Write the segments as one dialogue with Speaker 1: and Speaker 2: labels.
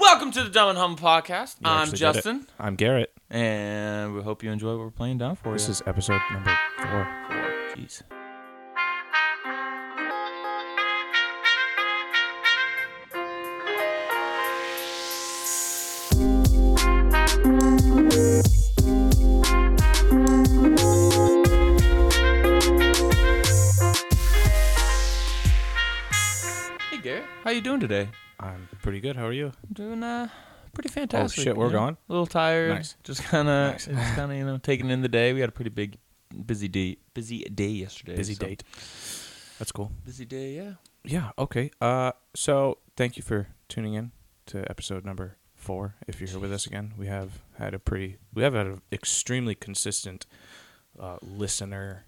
Speaker 1: Welcome to the Dumb and Humble Podcast.
Speaker 2: You
Speaker 1: I'm
Speaker 2: actually did it.
Speaker 1: Justin,
Speaker 2: I'm Garrett.
Speaker 1: and we hope you enjoy what we're playing down for
Speaker 2: This
Speaker 1: you.
Speaker 2: is episode number four.
Speaker 1: Jeez. Hey Garrett, how you doing today?
Speaker 2: I'm pretty good. How are you?
Speaker 1: Doing uh, pretty fantastic.
Speaker 2: shit, we're
Speaker 1: you know?
Speaker 2: gone?
Speaker 1: A little tired.
Speaker 2: Nice.
Speaker 1: Just kind of,
Speaker 2: Nice.
Speaker 1: just kind of, you know, taking in the day. We had a pretty big, busy day, busy day yesterday.
Speaker 2: Busy
Speaker 1: so-
Speaker 2: date. That's cool.
Speaker 1: Busy day, yeah.
Speaker 2: Yeah. Okay. Uh, so thank you for tuning in to episode number four. If you're here with us again, we have had a pretty, we have had an extremely consistent uh, listener.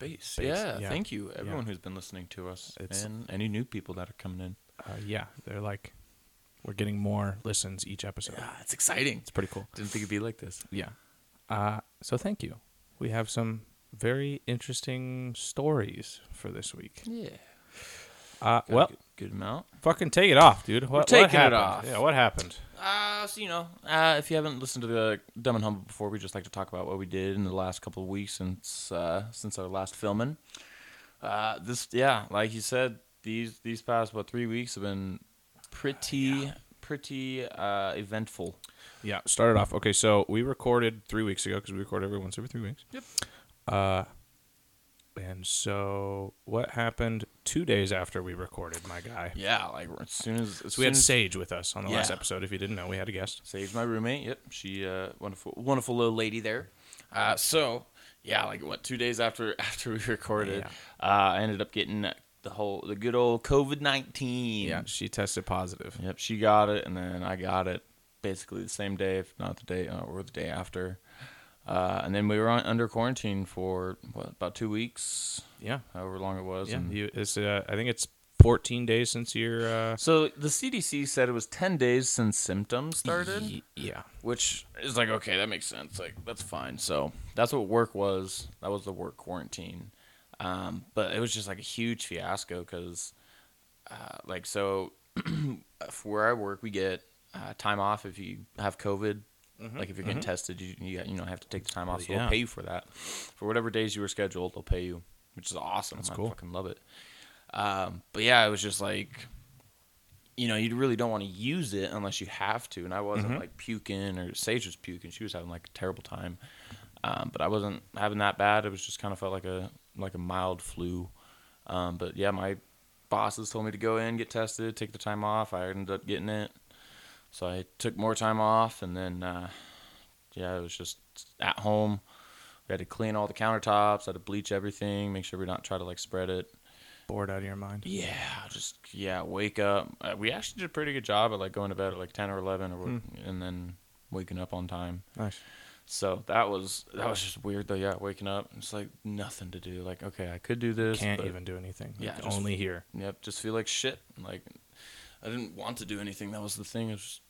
Speaker 1: Base,
Speaker 2: Base,
Speaker 1: yeah,
Speaker 2: yeah.
Speaker 1: Thank you,
Speaker 2: Yeah.
Speaker 1: everyone who's been listening to us,
Speaker 2: It's-
Speaker 1: and any new people that are coming in.
Speaker 2: Uh, yeah, they're like, we're getting more listens each episode.
Speaker 1: it's exciting.
Speaker 2: It's pretty cool.
Speaker 1: Didn't think it'd be like this.
Speaker 2: Yeah. Uh, so thank you. We have some very interesting stories for this week.
Speaker 1: Yeah.
Speaker 2: Uh, well,
Speaker 1: good, good amount.
Speaker 2: Fucking take it off, dude. What,
Speaker 1: taking it
Speaker 2: what happened?
Speaker 1: off.
Speaker 2: Yeah, what happened?
Speaker 1: Uh, so you know, uh, if you haven't listened to the Dumb and Humble before, we just like to talk about what we did in the last couple of weeks since uh, since our last filming. Uh, this, yeah, like you said, these these past what three weeks have been pretty
Speaker 2: Uh,
Speaker 1: pretty uh, eventful.
Speaker 2: Yeah, started off. Okay, so we recorded three weeks ago because we record every once every three weeks.
Speaker 1: Yep.
Speaker 2: Uh, and so what happened two days after we recorded, my guy?
Speaker 1: Yeah, like as soon as, as
Speaker 2: So we had
Speaker 1: soon as-
Speaker 2: Sage with us on the last
Speaker 1: Yeah.
Speaker 2: episode. If you didn't know, we had a guest.
Speaker 1: Saved my roommate. Yep, she uh, wonderful, wonderful little lady there. Uh, so yeah, like what two days after after we recorded, uh, I ended up getting the whole the good old COVID nineteen.
Speaker 2: she tested positive.
Speaker 1: Yep, she got it, and then I got it basically the same day, if not the day uh, or the day after. Uh, and then we were on, under quarantine for what about two weeks,
Speaker 2: Yeah,
Speaker 1: however long it was.
Speaker 2: yeah.
Speaker 1: and-
Speaker 2: You, it's uh, I think it's 14 days since your uh,
Speaker 1: so the CDC said it was ten days since symptoms started.
Speaker 2: y- yeah,
Speaker 1: which is like okay that makes sense like that's fine so that's what work was that was the work quarantine um, but it was just like a huge fiasco because uh, like so for where i work we get uh, time off if you have covid like if you're getting tested you, you you know have to take the time off so
Speaker 2: yeah.
Speaker 1: they'll pay you for that for whatever days you were scheduled they'll pay you which is awesome
Speaker 2: That's
Speaker 1: i
Speaker 2: cool.
Speaker 1: fucking love it um, but yeah it was just like you know, you really don't want to use it unless you have to. And I wasn't
Speaker 2: Mm-hmm.
Speaker 1: like puking or Sage was puking. She was having like a terrible time. Um, but I wasn't having that bad. It was just kind of felt like a like a mild flu. Um, but yeah, my bosses told me to go in, get tested, take the time off. I ended up getting it. So I took more time off and then uh, yeah, it was just at home. We had to clean all the countertops, had to bleach everything, make sure we don't try to like spread it.
Speaker 2: bored out of your mind.
Speaker 1: Yeah, just yeah. Wake up. Uh, we actually did a pretty good job at like going to bed at like ten or eleven, or
Speaker 2: Hmm.
Speaker 1: what- and then waking up on time.
Speaker 2: Nice.
Speaker 1: So that was that was just weird though. Yeah, waking up, it's like nothing to do. Like okay, I could do this.
Speaker 2: Can't
Speaker 1: but-
Speaker 2: even do anything.
Speaker 1: Yeah,
Speaker 2: Like,
Speaker 1: just-
Speaker 2: only here.
Speaker 1: Yep, just feel like shit. Like I didn't want to do anything. That was the thing. It was just,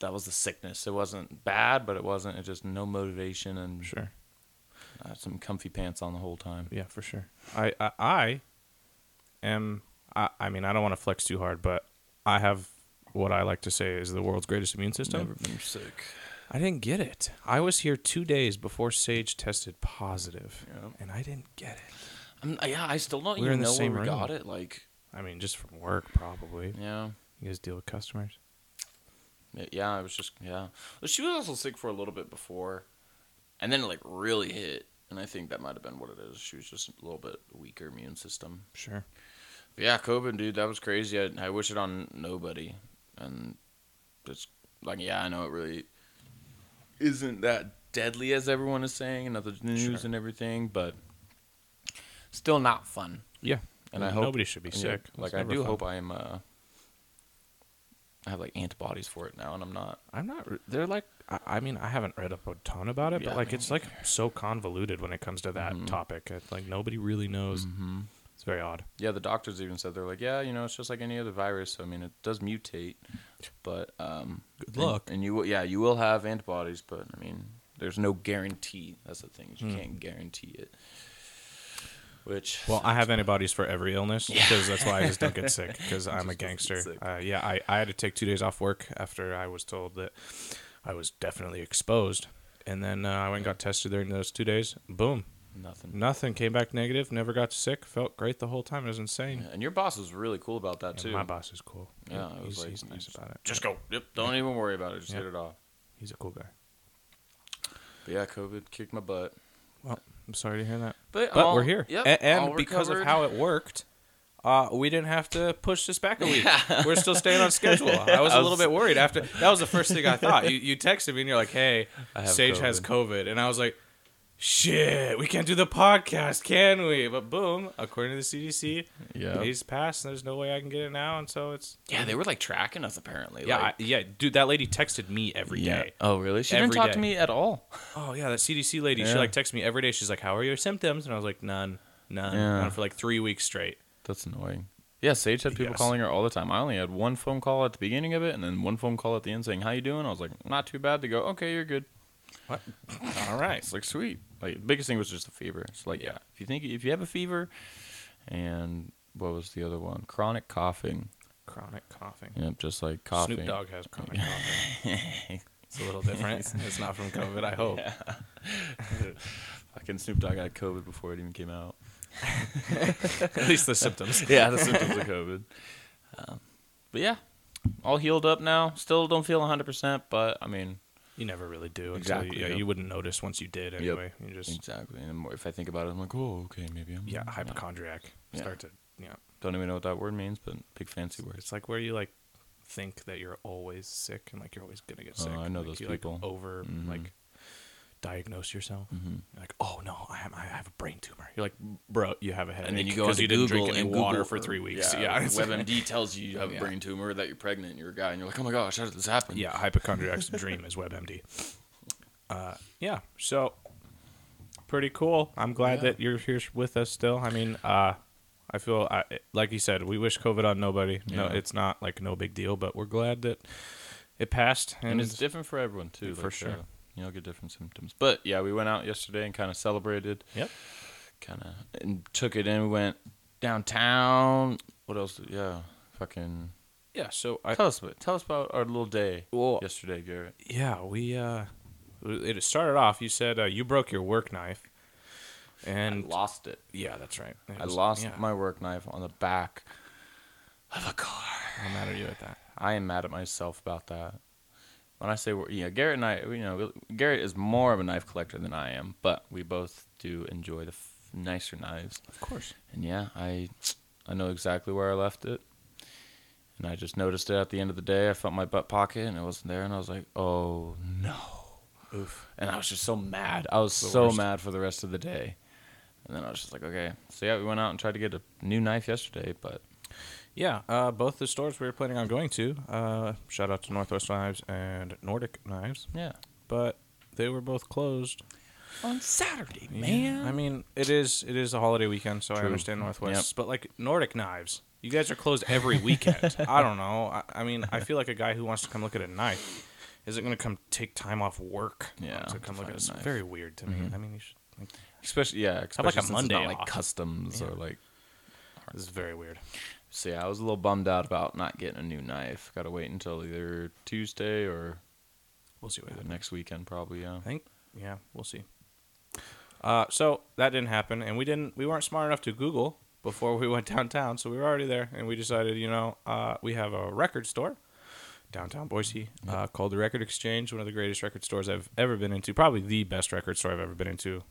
Speaker 1: that was the sickness. It wasn't bad, but it wasn't. It just no motivation and
Speaker 2: Sure.
Speaker 1: uh, some comfy pants on the whole time.
Speaker 2: Yeah, for sure. I I, I am. I, I mean, I don't want to flex too hard, but I have what I like to say is the world's greatest immune system.
Speaker 1: Never been sick.
Speaker 2: I didn't get it. I was here two days before Sage tested positive,
Speaker 1: Yep.
Speaker 2: and I didn't get it.
Speaker 1: I'm, uh, yeah, I still don't
Speaker 2: We were
Speaker 1: even
Speaker 2: in the
Speaker 1: know where
Speaker 2: same
Speaker 1: we
Speaker 2: room.
Speaker 1: got it. Like
Speaker 2: I mean, just from work, probably.
Speaker 1: yeah.
Speaker 2: You guys deal with customers.
Speaker 1: Y- Yeah, I was just yeah. Well, she was also sick for a little bit before, and then it like really hit, and I think that might have been what it is. She was just a little bit weaker immune system.
Speaker 2: Sure.
Speaker 1: But yeah, COVID, dude, that was crazy. I, I wish it on nobody, and it's like yeah, I know it really isn't that deadly as everyone is saying, and other news
Speaker 2: Sure.
Speaker 1: and everything, but still not fun.
Speaker 2: Yeah.
Speaker 1: And I hope
Speaker 2: nobody should be
Speaker 1: Yeah,
Speaker 2: sick.
Speaker 1: like
Speaker 2: It's
Speaker 1: I
Speaker 2: never
Speaker 1: do
Speaker 2: fun.
Speaker 1: hope I am. Uh, I have like antibodies for it now, and I'm not.
Speaker 2: I'm not. re- They're like. I, I mean, I haven't read up a ton about it,
Speaker 1: Yeah,
Speaker 2: but like,
Speaker 1: me Mm-hmm.
Speaker 2: it's like so convoluted when it comes to that topic. It, like nobody really knows. It's very odd.
Speaker 1: Yeah, the doctors even said they're like, yeah, you know, it's just like any other virus. So I mean, it does mutate, but um,
Speaker 2: Good
Speaker 1: and-
Speaker 2: luck.
Speaker 1: And, you will, yeah, you will have antibodies, but
Speaker 2: Hmm.
Speaker 1: I mean, there's no guarantee. That's the thing; is you can't guarantee it. Which
Speaker 2: Well, I have antibodies for every illness
Speaker 1: Yeah.
Speaker 2: because that's why I just don't get sick because I'm a
Speaker 1: Just don't get
Speaker 2: gangster.
Speaker 1: sick.
Speaker 2: Uh, yeah, I, I had to take two days off work after I was told that I was definitely exposed. And then uh, I went and got tested during those two days. Boom.
Speaker 1: nothing.
Speaker 2: Nothing. Came back negative. Never got sick. Felt great the whole time. It was insane.
Speaker 1: And your boss was really cool about that
Speaker 2: And
Speaker 1: too.
Speaker 2: my boss is cool.
Speaker 1: Yeah, I was
Speaker 2: he's,
Speaker 1: like,
Speaker 2: he's nice
Speaker 1: he's-
Speaker 2: about it.
Speaker 1: Just go. Yep. Don't even worry about it. Just
Speaker 2: Yep.
Speaker 1: hit it off.
Speaker 2: He's a cool guy.
Speaker 1: But yeah, COVID kicked my butt.
Speaker 2: Well, I'm sorry to hear that.
Speaker 1: But,
Speaker 2: But
Speaker 1: all-
Speaker 2: we're here.
Speaker 1: Yep,
Speaker 2: A-
Speaker 1: all
Speaker 2: and because of
Speaker 1: recovered.
Speaker 2: how it worked, uh, we didn't have to push this back a week. We're still staying on schedule. I was
Speaker 1: I
Speaker 2: a little
Speaker 1: was-
Speaker 2: bit worried after that was the first thing I thought. You, you texted me and you're like, "Hey,
Speaker 1: I have
Speaker 2: Sage has COVID," and I was like, "Shit, we can't do the podcast, can we?" But boom, according to the CDC,
Speaker 1: Yeah.
Speaker 2: he's passed, and there's no way I can get it now, and so it's
Speaker 1: yeah, they were like tracking us apparently.
Speaker 2: yeah,
Speaker 1: like,
Speaker 2: I, yeah, dude. That lady texted me every day.
Speaker 1: Oh, really? She didn't
Speaker 2: Every
Speaker 1: talk to
Speaker 2: day.
Speaker 1: me at all.
Speaker 2: Oh yeah, that CDC lady. She
Speaker 1: Yeah.
Speaker 2: like texts me every day. She's like, "How are your symptoms?" And I was like, "None, none."
Speaker 1: Yeah.
Speaker 2: None for like three weeks straight.
Speaker 1: That's annoying. Yeah, Sage had people
Speaker 2: Yes.
Speaker 1: calling her all the time. I only had one phone call at the beginning of it, and then one phone call at the end saying, "How you doing?" I was like, "Not too bad." They go, "Okay, you're good."
Speaker 2: All right.
Speaker 1: It's like sweet. Like the biggest thing was just the fever. It's like yeah, if you think if you have a fever, and what was the other one? Chronic coughing.
Speaker 2: Chronic coughing.
Speaker 1: Yep, just like coughing.
Speaker 2: Snoop Dogg has chronic coughing. It's a little different. it's not from COVID, I hope.
Speaker 1: Fucking Snoop Dogg had COVID before it even came out.
Speaker 2: At least the symptoms.
Speaker 1: yeah, the symptoms of COVID. Um, but yeah, all healed up now. Still don't feel 100%, but I mean,
Speaker 2: You never really do. Until
Speaker 1: Exactly,
Speaker 2: You, yeah,
Speaker 1: yep.
Speaker 2: you wouldn't notice once you did anyway. You just
Speaker 1: exactly. And the more- if I think about it, I'm like, oh, okay, maybe I'm.
Speaker 2: yeah
Speaker 1: I'm not."
Speaker 2: hypochondriac.
Speaker 1: Yeah.
Speaker 2: Start to yeah.
Speaker 1: Don't even know what that word means, but big fancy word.
Speaker 2: It's like where you like think that you're always sick and like you're always gonna get
Speaker 1: Oh,
Speaker 2: sick.
Speaker 1: I know
Speaker 2: Like,
Speaker 1: those
Speaker 2: you,
Speaker 1: people.
Speaker 2: Like, over
Speaker 1: Mhm.
Speaker 2: like diagnose yourself.
Speaker 1: Mhm.
Speaker 2: You're like oh no, I have I have a brain tumor. You're like bro, you have a headache.
Speaker 1: And then you go
Speaker 2: 'cause
Speaker 1: into
Speaker 2: you
Speaker 1: Google
Speaker 2: didn't drink any
Speaker 1: and
Speaker 2: water
Speaker 1: Google-
Speaker 2: for three weeks.
Speaker 1: Yeah,
Speaker 2: Yeah, it's-
Speaker 1: WebMD tells you you have
Speaker 2: Yeah.
Speaker 1: a brain tumor, that you're pregnant, and you're a guy, and you're like, oh my gosh, how did this happen?
Speaker 2: Yeah, hypochondriac's dream is WebMD. Uh, yeah, so pretty cool. I'm glad
Speaker 1: Yeah.
Speaker 2: that you're here with us still. I mean, uh, I feel I, like you said, we wish COVID on nobody. No,
Speaker 1: Yeah.
Speaker 2: it's not like no big deal, but we're glad that it passed. And,
Speaker 1: and it's different for everyone too.
Speaker 2: For
Speaker 1: like,
Speaker 2: sure.
Speaker 1: uh, you know, get different symptoms. But yeah, we went out yesterday and kind of celebrated.
Speaker 2: Yep.
Speaker 1: Kind of and took it in. We went downtown. What else? did- Yeah, fucking.
Speaker 2: yeah. So I
Speaker 1: tell us about tell us about our little day
Speaker 2: well,
Speaker 1: yesterday, Garrett.
Speaker 2: yeah, we uh, it started off. You said uh, you broke your work knife, and
Speaker 1: lost it.
Speaker 2: yeah, that's right. It
Speaker 1: I
Speaker 2: was-
Speaker 1: lost
Speaker 2: yeah,
Speaker 1: my work knife on the back of a car.
Speaker 2: How mad are you at that?
Speaker 1: I am mad at myself about that. When I say we're, yeah, Garrett and I, you know, Garrett is more of a knife collector than I am, but we both do enjoy the f- nicer knives.
Speaker 2: Of course.
Speaker 1: And yeah, I I know exactly where I left it. And I just noticed it at the end of the day. I felt my butt pocket and it wasn't there and I was like, "Oh no." Oof. And I was just so mad. I was
Speaker 2: The
Speaker 1: so
Speaker 2: worst.
Speaker 1: mad for the rest of the day. And then I was just like, "Okay." So yeah, we went out and tried to get a new knife yesterday, but
Speaker 2: Yeah, uh, both the stores we were planning on going to. Uh, shout out to Northwest Knives and Nordic Knives,
Speaker 1: yeah.
Speaker 2: but they were both closed.
Speaker 1: On Saturday,
Speaker 2: I mean, it is it is a holiday weekend, so I
Speaker 1: True.
Speaker 2: understand Northwest, but like Nordic Knives, you guys are closed every weekend. I don't know. I, I mean, I feel like a guy who wants to come look at a knife isn't going to come take time off work.
Speaker 1: Yeah,
Speaker 2: to
Speaker 1: to
Speaker 2: come look
Speaker 1: find
Speaker 2: at
Speaker 1: a
Speaker 2: it. It's
Speaker 1: knife. Mm-hmm.
Speaker 2: very weird to me. I mean, you should. Like,
Speaker 1: especially yeah,
Speaker 2: How
Speaker 1: especially
Speaker 2: about like a
Speaker 1: since it's not
Speaker 2: Monday
Speaker 1: like
Speaker 2: off?
Speaker 1: customs or
Speaker 2: Yeah.
Speaker 1: like
Speaker 2: this is very weird.
Speaker 1: So yeah, I was a little bummed out about not getting a new knife. Got to wait until either Tuesday or
Speaker 2: We'll see what
Speaker 1: the
Speaker 2: happens.
Speaker 1: next weekend probably, yeah.
Speaker 2: I think. Yeah, we'll see. Uh, so that didn't happen, and we didn't. We weren't smart enough to Google before we went downtown, so we were already there, and we decided, you know, uh, we have a record store downtown Boise uh, called the Record Exchange, one of the greatest record stores I've ever been into, probably the best record store I've ever been into.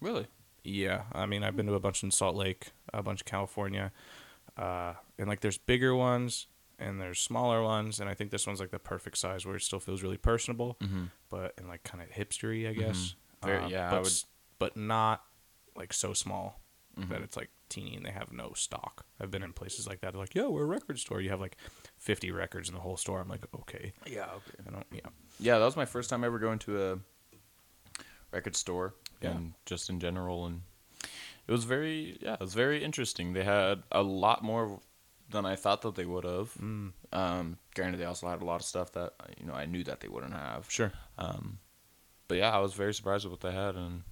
Speaker 1: Really?
Speaker 2: Yeah, I mean, I've been to a bunch in Salt Lake, a bunch of California, uh, and like there's bigger ones and there's smaller ones, and I think this one's like the perfect size where it still feels really personable, but and like kind of hipstery, I guess.
Speaker 1: Mm-hmm.
Speaker 2: Uh,
Speaker 1: Very- yeah, I
Speaker 2: but,
Speaker 1: would- Mm-hmm.
Speaker 2: s- but not like so small that it's like teeny and they have no stock. I've been in places like that. They're like, yo, we're a record store. You have like 50 records in the whole store. I'm like, okay,
Speaker 1: Yeah, okay.
Speaker 2: I don't, yeah,
Speaker 1: Yeah, that was my first time ever going to a record store
Speaker 2: Yeah.
Speaker 1: and just in general and it was very yeah, it was very interesting. They had a lot more than I thought that they would have.
Speaker 2: Mm-hmm.
Speaker 1: Mm. Um granted they also had a lot of stuff that you know I knew that they wouldn't have.
Speaker 2: sure.
Speaker 1: Um, but yeah, I was very surprised with what they had, and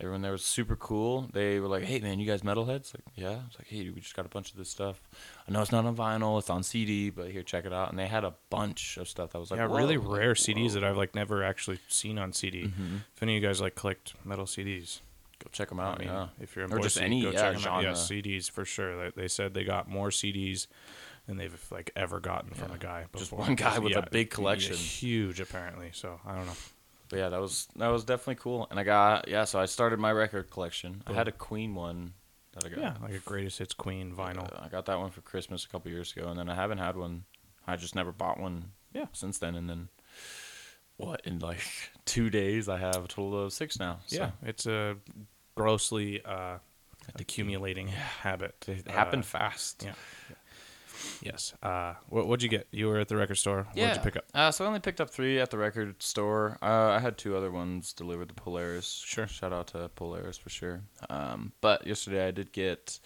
Speaker 1: Everyone there was super cool. They were like, "Hey, man, you guys metalheads?" Like, yeah. It's like, "Hey, we just got a bunch of this stuff. I know it's not on vinyl; it's on CD, but here, check it out." And they had a bunch of stuff that was like,
Speaker 2: yeah, really
Speaker 1: whoa,
Speaker 2: rare
Speaker 1: like,
Speaker 2: CDs
Speaker 1: whoa.
Speaker 2: that I've like never actually seen on CD.
Speaker 1: Mhm.
Speaker 2: If any of you guys like collect metal CDs,
Speaker 1: Go check them out.
Speaker 2: I mean,
Speaker 1: Oh, yeah.
Speaker 2: if you're in
Speaker 1: Or
Speaker 2: Boise,
Speaker 1: just any,
Speaker 2: go
Speaker 1: yeah,
Speaker 2: check 'em out.
Speaker 1: genre.
Speaker 2: Yeah, CDs for sure. They- They said they got more CDs than they've like ever gotten from
Speaker 1: Yeah.
Speaker 2: a guy. Before.
Speaker 1: Just one guy with a big
Speaker 2: yeah,
Speaker 1: collection.
Speaker 2: huge apparently. So I don't know.
Speaker 1: But yeah, that was that was definitely cool. And I got yeah, so I started my record collection. I had a Queen one that I got.
Speaker 2: Yeah, like a greatest hits Queen vinyl.
Speaker 1: Uh, I got that one for Christmas a couple years ago, and then I haven't had one. I just never bought one.
Speaker 2: Yeah.
Speaker 1: Since then, and then what in like two days, I have a total of six now. So
Speaker 2: yeah, it's a grossly uh, accumulating habit.
Speaker 1: It
Speaker 2: Uh,
Speaker 1: happened fast.
Speaker 2: yeah. Yes. Uh, what, what'd you get? You were at the record store. What'd
Speaker 1: Yeah.
Speaker 2: you pick up?
Speaker 1: Uh, so I only picked up three at the record store. Uh, I had two other ones delivered to Polaris.
Speaker 2: Sure.
Speaker 1: Shout out to Polaris for sure. Um, but yesterday I did get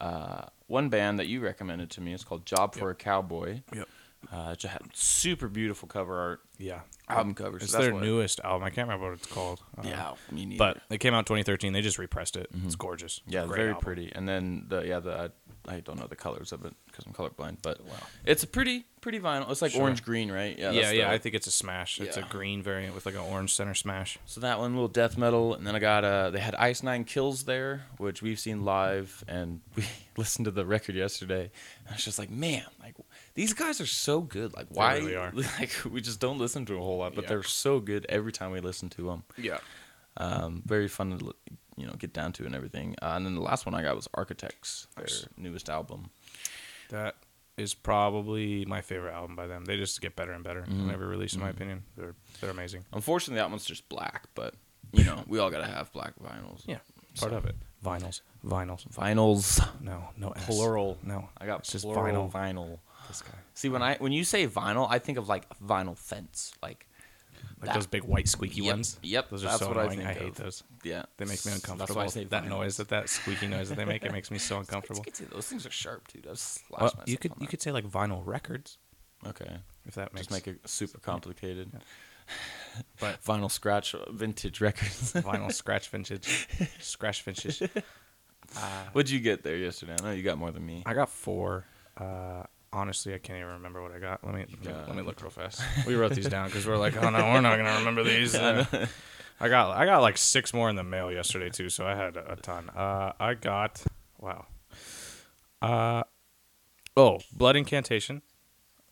Speaker 1: uh, one band that you recommended to me. It's called Job for a Cowboy.
Speaker 2: Yep.
Speaker 1: Uh, it had super beautiful cover art,
Speaker 2: Yeah.
Speaker 1: album covers.
Speaker 2: It's
Speaker 1: so that's
Speaker 2: their
Speaker 1: what-
Speaker 2: newest album. I can't remember what it's called. Uh,
Speaker 1: yeah, me neither.
Speaker 2: But it came out in 2013. They just repressed it. It's gorgeous.
Speaker 1: yeah,
Speaker 2: Great
Speaker 1: very
Speaker 2: album.
Speaker 1: pretty. And then the yeah the I, I don't know the colors of it because I'm colorblind, but it's a pretty pretty vinyl. It's like
Speaker 2: Sure.
Speaker 1: orange green, right?
Speaker 2: Yeah,
Speaker 1: that's
Speaker 2: yeah.
Speaker 1: the-
Speaker 2: I think it's a smash. It's a
Speaker 1: Yeah.
Speaker 2: green variant with like an orange center smash.
Speaker 1: So that one, little death metal, and then I got uh, they had Ice Nine Kills there, which we've seen live, and we listened to the record yesterday. And I was just like, man, like these guys are so good. Like why?
Speaker 2: really are.
Speaker 1: Like we just don't listen to a whole lot, but
Speaker 2: Yeah.
Speaker 1: they're so good every time we listen to them.
Speaker 2: Yeah.
Speaker 1: Um, very fun to li- you know get down to and everything. Uh, and then the last one I got was Architects, their
Speaker 2: Nice.
Speaker 1: newest album.
Speaker 2: That is probably my favorite album by them. They just get better and better
Speaker 1: Mhm.
Speaker 2: every release, in my opinion. They're they're amazing.
Speaker 1: Unfortunately, that one's just black, but you know we all gotta have black vinyls.
Speaker 2: Yeah, part
Speaker 1: So-
Speaker 2: of it. Vinyls, vinyls.
Speaker 1: Vinyls.
Speaker 2: No, no. S.
Speaker 1: Plural.
Speaker 2: No,
Speaker 1: I got
Speaker 2: it's just
Speaker 1: plural
Speaker 2: vinyl.
Speaker 1: vinyl.
Speaker 2: This guy,
Speaker 1: See, when I when you say vinyl, I think of like vinyl fence, like
Speaker 2: like
Speaker 1: That-
Speaker 2: those big white squeaky
Speaker 1: Yep,
Speaker 2: ones.
Speaker 1: yep,
Speaker 2: those are
Speaker 1: that's
Speaker 2: so
Speaker 1: what I
Speaker 2: annoying. I,
Speaker 1: think
Speaker 2: hate
Speaker 1: of.
Speaker 2: those.
Speaker 1: yeah.
Speaker 2: They make me uncomfortable.
Speaker 1: That's why I say
Speaker 2: that
Speaker 1: vinyl.
Speaker 2: noise, that that squeaky noise that they make, it makes me so uncomfortable.
Speaker 1: It's- it's- those things are sharp, dude. I've slashed
Speaker 2: Well,
Speaker 1: myself
Speaker 2: you could
Speaker 1: on
Speaker 2: you
Speaker 1: that.
Speaker 2: could say like vinyl records
Speaker 1: okay,
Speaker 2: if that makes
Speaker 1: just make it super complicated.
Speaker 2: But-
Speaker 1: vinyl scratch uh, vintage records.
Speaker 2: vinyl scratch vintage, scratch vintage. Uh,
Speaker 1: What'd you get there yesterday? I know you got more than me.
Speaker 2: I got four. Uh, honestly, I can't even remember what I got. Let me let me,
Speaker 1: Yeah.
Speaker 2: let me look real fast. We wrote these down because we're like, oh no, we're not gonna remember these. Uh, I got I got like six more in the mail yesterday too, so I had a, a ton. Uh, I got wow. Uh, oh, Blood Incantation.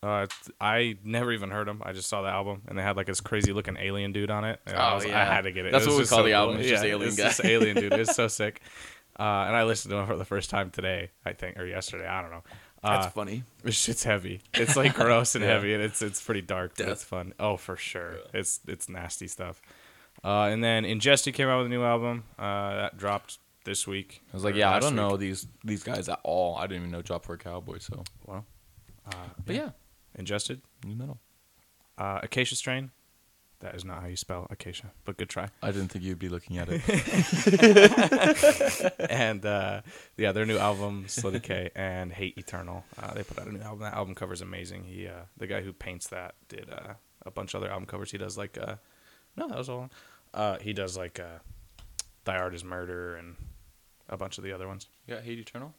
Speaker 2: Uh, th- I never even heard them. I just saw the album, and they had like this crazy looking alien dude on it. And I,
Speaker 1: Oh,
Speaker 2: was, I
Speaker 1: yeah.
Speaker 2: had to get it.
Speaker 1: That's
Speaker 2: It was
Speaker 1: what we
Speaker 2: just
Speaker 1: call
Speaker 2: so
Speaker 1: the
Speaker 2: cool.
Speaker 1: album, it's just alien
Speaker 2: it's
Speaker 1: guy.
Speaker 2: just alien dude. It's so sick. Uh, and I listened to him for the first time today, I think, or yesterday. I don't know. Uh,
Speaker 1: That's funny.
Speaker 2: this shit's heavy. It's like gross and
Speaker 1: Yeah.
Speaker 2: heavy, and it's it's pretty dark, but
Speaker 1: Death.
Speaker 2: it's fun. Oh, for sure, it's it's nasty stuff. Uh, and then Ingested came out with a new album uh, that dropped this week.
Speaker 1: I was like,
Speaker 2: or
Speaker 1: yeah, I
Speaker 2: last
Speaker 1: don't
Speaker 2: week.
Speaker 1: know these these guys at all. I didn't even know Job for a Cowboy. So,
Speaker 2: Well,
Speaker 1: but yeah,
Speaker 2: Ingested,
Speaker 1: new metal.
Speaker 2: uh, Acacia Strain. That is not how you spell Acacia, but good try.
Speaker 1: I didn't think you'd be looking at it.
Speaker 2: and uh, yeah, their new album Slitty K and Hate Eternal. Uh, they put out a new album. That album cover is amazing. He, uh, the guy who paints that, did uh, a bunch of other album covers. He does like, uh, no, that was all. Uh, he does like uh, Thy Art Is Murder and a bunch of the other ones.
Speaker 1: you got Hate Eternal.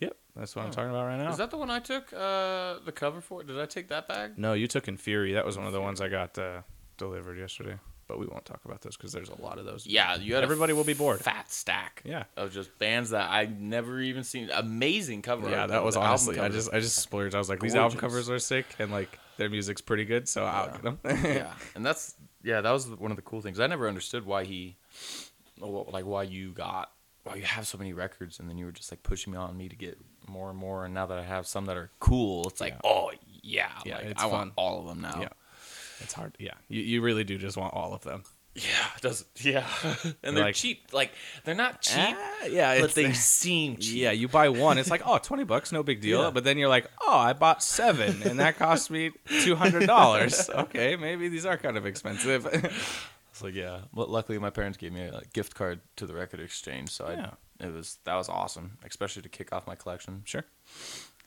Speaker 2: Yep, that's what I'm
Speaker 1: Oh.
Speaker 2: talking about right now.
Speaker 1: Is that the one I took uh, the cover for? Did I take that bag?
Speaker 2: no, you took in Fury. That was one of the ones I got uh, delivered yesterday. But we won't talk about those because there's a lot of those.
Speaker 1: Yeah, you had a
Speaker 2: Everybody will be bored.
Speaker 1: fat stack.
Speaker 2: Yeah.
Speaker 1: of just bands that I never even seen. Amazing cover.
Speaker 2: Yeah,
Speaker 1: art,
Speaker 2: that
Speaker 1: though.
Speaker 2: was
Speaker 1: The album
Speaker 2: honestly. I
Speaker 1: covers.
Speaker 2: just I just splurged. I was like, these album
Speaker 1: gorgeous.
Speaker 2: covers are sick, and like their music's pretty good, so I'll get them.
Speaker 1: yeah, and that's yeah, that was one of the cool things. I never understood why he, or what- like why you got why you have so many records, and then you were just like pushing me on me to get more and more. And now that I have some that are cool, it's like
Speaker 2: Yeah.
Speaker 1: oh yeah,
Speaker 2: Yeah,
Speaker 1: like,
Speaker 2: it's
Speaker 1: I want
Speaker 2: fun.
Speaker 1: all of them now.
Speaker 2: yeah, it's hard. Yeah, you, you really do just want all of them.
Speaker 1: yeah, it does yeah, and
Speaker 2: They're
Speaker 1: they're
Speaker 2: like-
Speaker 1: cheap. Like they're not cheap,
Speaker 2: Ah, yeah,
Speaker 1: but
Speaker 2: it's-
Speaker 1: they seem cheap.
Speaker 2: Yeah, you buy one, it's like oh, 20 bucks, no big deal.
Speaker 1: Yeah.
Speaker 2: But then you're like, oh, I bought seven, and that cost me two hundred dollars. okay, maybe these are kind of expensive.
Speaker 1: It's like yeah. Well, luckily my parents gave me a gift card to the record exchange, so
Speaker 2: Yeah.
Speaker 1: I it was that was awesome, especially to kick off my collection.
Speaker 2: sure.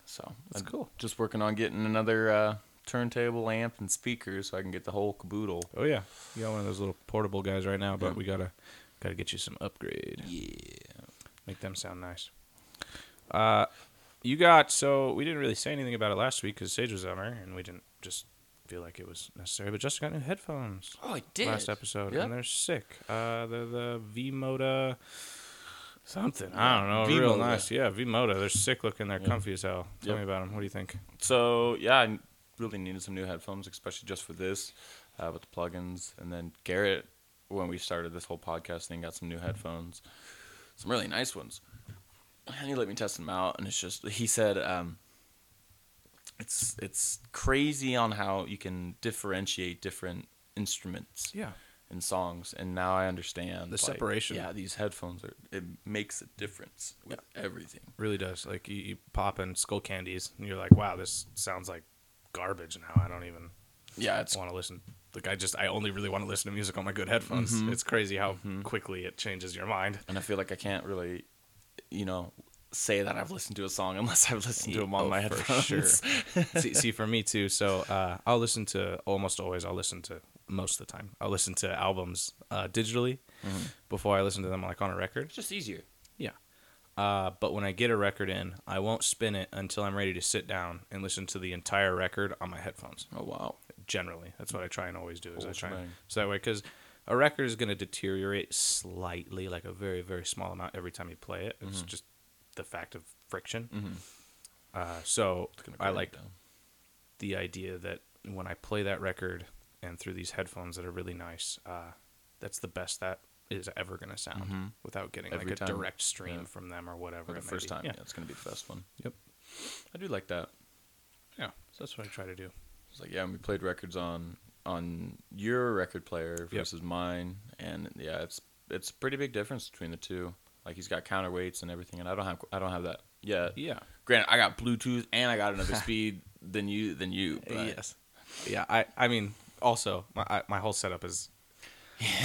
Speaker 1: So
Speaker 2: That's
Speaker 1: I'm
Speaker 2: cool.
Speaker 1: Just working on getting another uh, turntable, amp, and speakers so I can get the whole caboodle.
Speaker 2: Oh yeah, you got one of those little portable guys right now, but we gotta Got to get you some upgrade.
Speaker 1: Yeah.
Speaker 2: Make them sound nice. Uh, you got so we didn't really say anything about it last week because Sage was on there, and we didn't just feel like it was necessary. But Justin got new headphones
Speaker 1: Oh, I did.
Speaker 2: last episode,
Speaker 1: Yep.
Speaker 2: and they're sick. Uh, they're the V Moda something. I don't know. Real
Speaker 1: Vmoda.
Speaker 2: nice. Yeah, V Moda. They're sick looking. They're
Speaker 1: Yeah.
Speaker 2: comfy as hell. Tell
Speaker 1: Yep.
Speaker 2: me about them. What do you think?
Speaker 1: So yeah, I really needed some new headphones, especially just for this, uh, with the plugins. And then Garrett, when we started this whole podcast thing, got some new headphones, some really nice ones. And he let me test them out, and it's just he said, um, it's it's crazy on how you can differentiate different instruments
Speaker 2: Yeah.
Speaker 1: and songs, and now I understand
Speaker 2: The separation.
Speaker 1: Yeah, these headphones are it makes a difference with everything.
Speaker 2: Really does. Like you, you pop in skull candies, and you're like, wow, this sounds like garbage now. I don't even
Speaker 1: Yeah, it's
Speaker 2: want to listen. Like I just, I only really want to listen to music on my good headphones.
Speaker 1: Mm-hmm.
Speaker 2: It's crazy how quickly it changes your mind.
Speaker 1: and I feel like I can't really, you know, say that I've listened to a song unless I've listened to them on
Speaker 2: Oh,
Speaker 1: my
Speaker 2: for
Speaker 1: headphones.
Speaker 2: sure. see, see, for me too. So uh, I'll listen to almost always. I'll listen to most of the time. I'll listen to albums uh, digitally
Speaker 1: Mm-hmm.
Speaker 2: before I listen to them like on a record.
Speaker 1: It's just easier.
Speaker 2: Yeah. Uh, but when I get a record in, I won't spin it until I'm ready to sit down and listen to the entire record on my headphones.
Speaker 1: Oh wow.
Speaker 2: Generally, that's what I try and always do. Is I
Speaker 1: Whole
Speaker 2: try and,
Speaker 1: shebang.
Speaker 2: so that way because a record is going to deteriorate slightly, like a very very small amount every time you play it.
Speaker 1: Mm-hmm.
Speaker 2: It's just the fact of friction. Uh, so
Speaker 1: It's gonna
Speaker 2: I
Speaker 1: grind
Speaker 2: like
Speaker 1: down.
Speaker 2: the idea that when I play that record and through these headphones that are really nice, uh, that's the best that is ever going to sound without getting
Speaker 1: Mm-hmm. Every
Speaker 2: like a
Speaker 1: time.
Speaker 2: direct stream
Speaker 1: Yeah.
Speaker 2: from them or whatever.
Speaker 1: for the
Speaker 2: it may
Speaker 1: first
Speaker 2: be.
Speaker 1: time. Yeah.
Speaker 2: Yeah.
Speaker 1: it's gonna be the best one.
Speaker 2: Yep.
Speaker 1: I do like that.
Speaker 2: Yeah. So that's what I try to do.
Speaker 1: It's like yeah, and we played records on on your record player
Speaker 2: Yep.
Speaker 1: versus mine, and yeah, it's it's a pretty big difference between the two. Like he's got counterweights and everything, and I don't have I don't have that yet.
Speaker 2: Yeah.
Speaker 1: Granted, I got Bluetooth and I got another speed than you than you. But
Speaker 2: Yes. Yeah. I, I mean, also, my, I, my whole setup is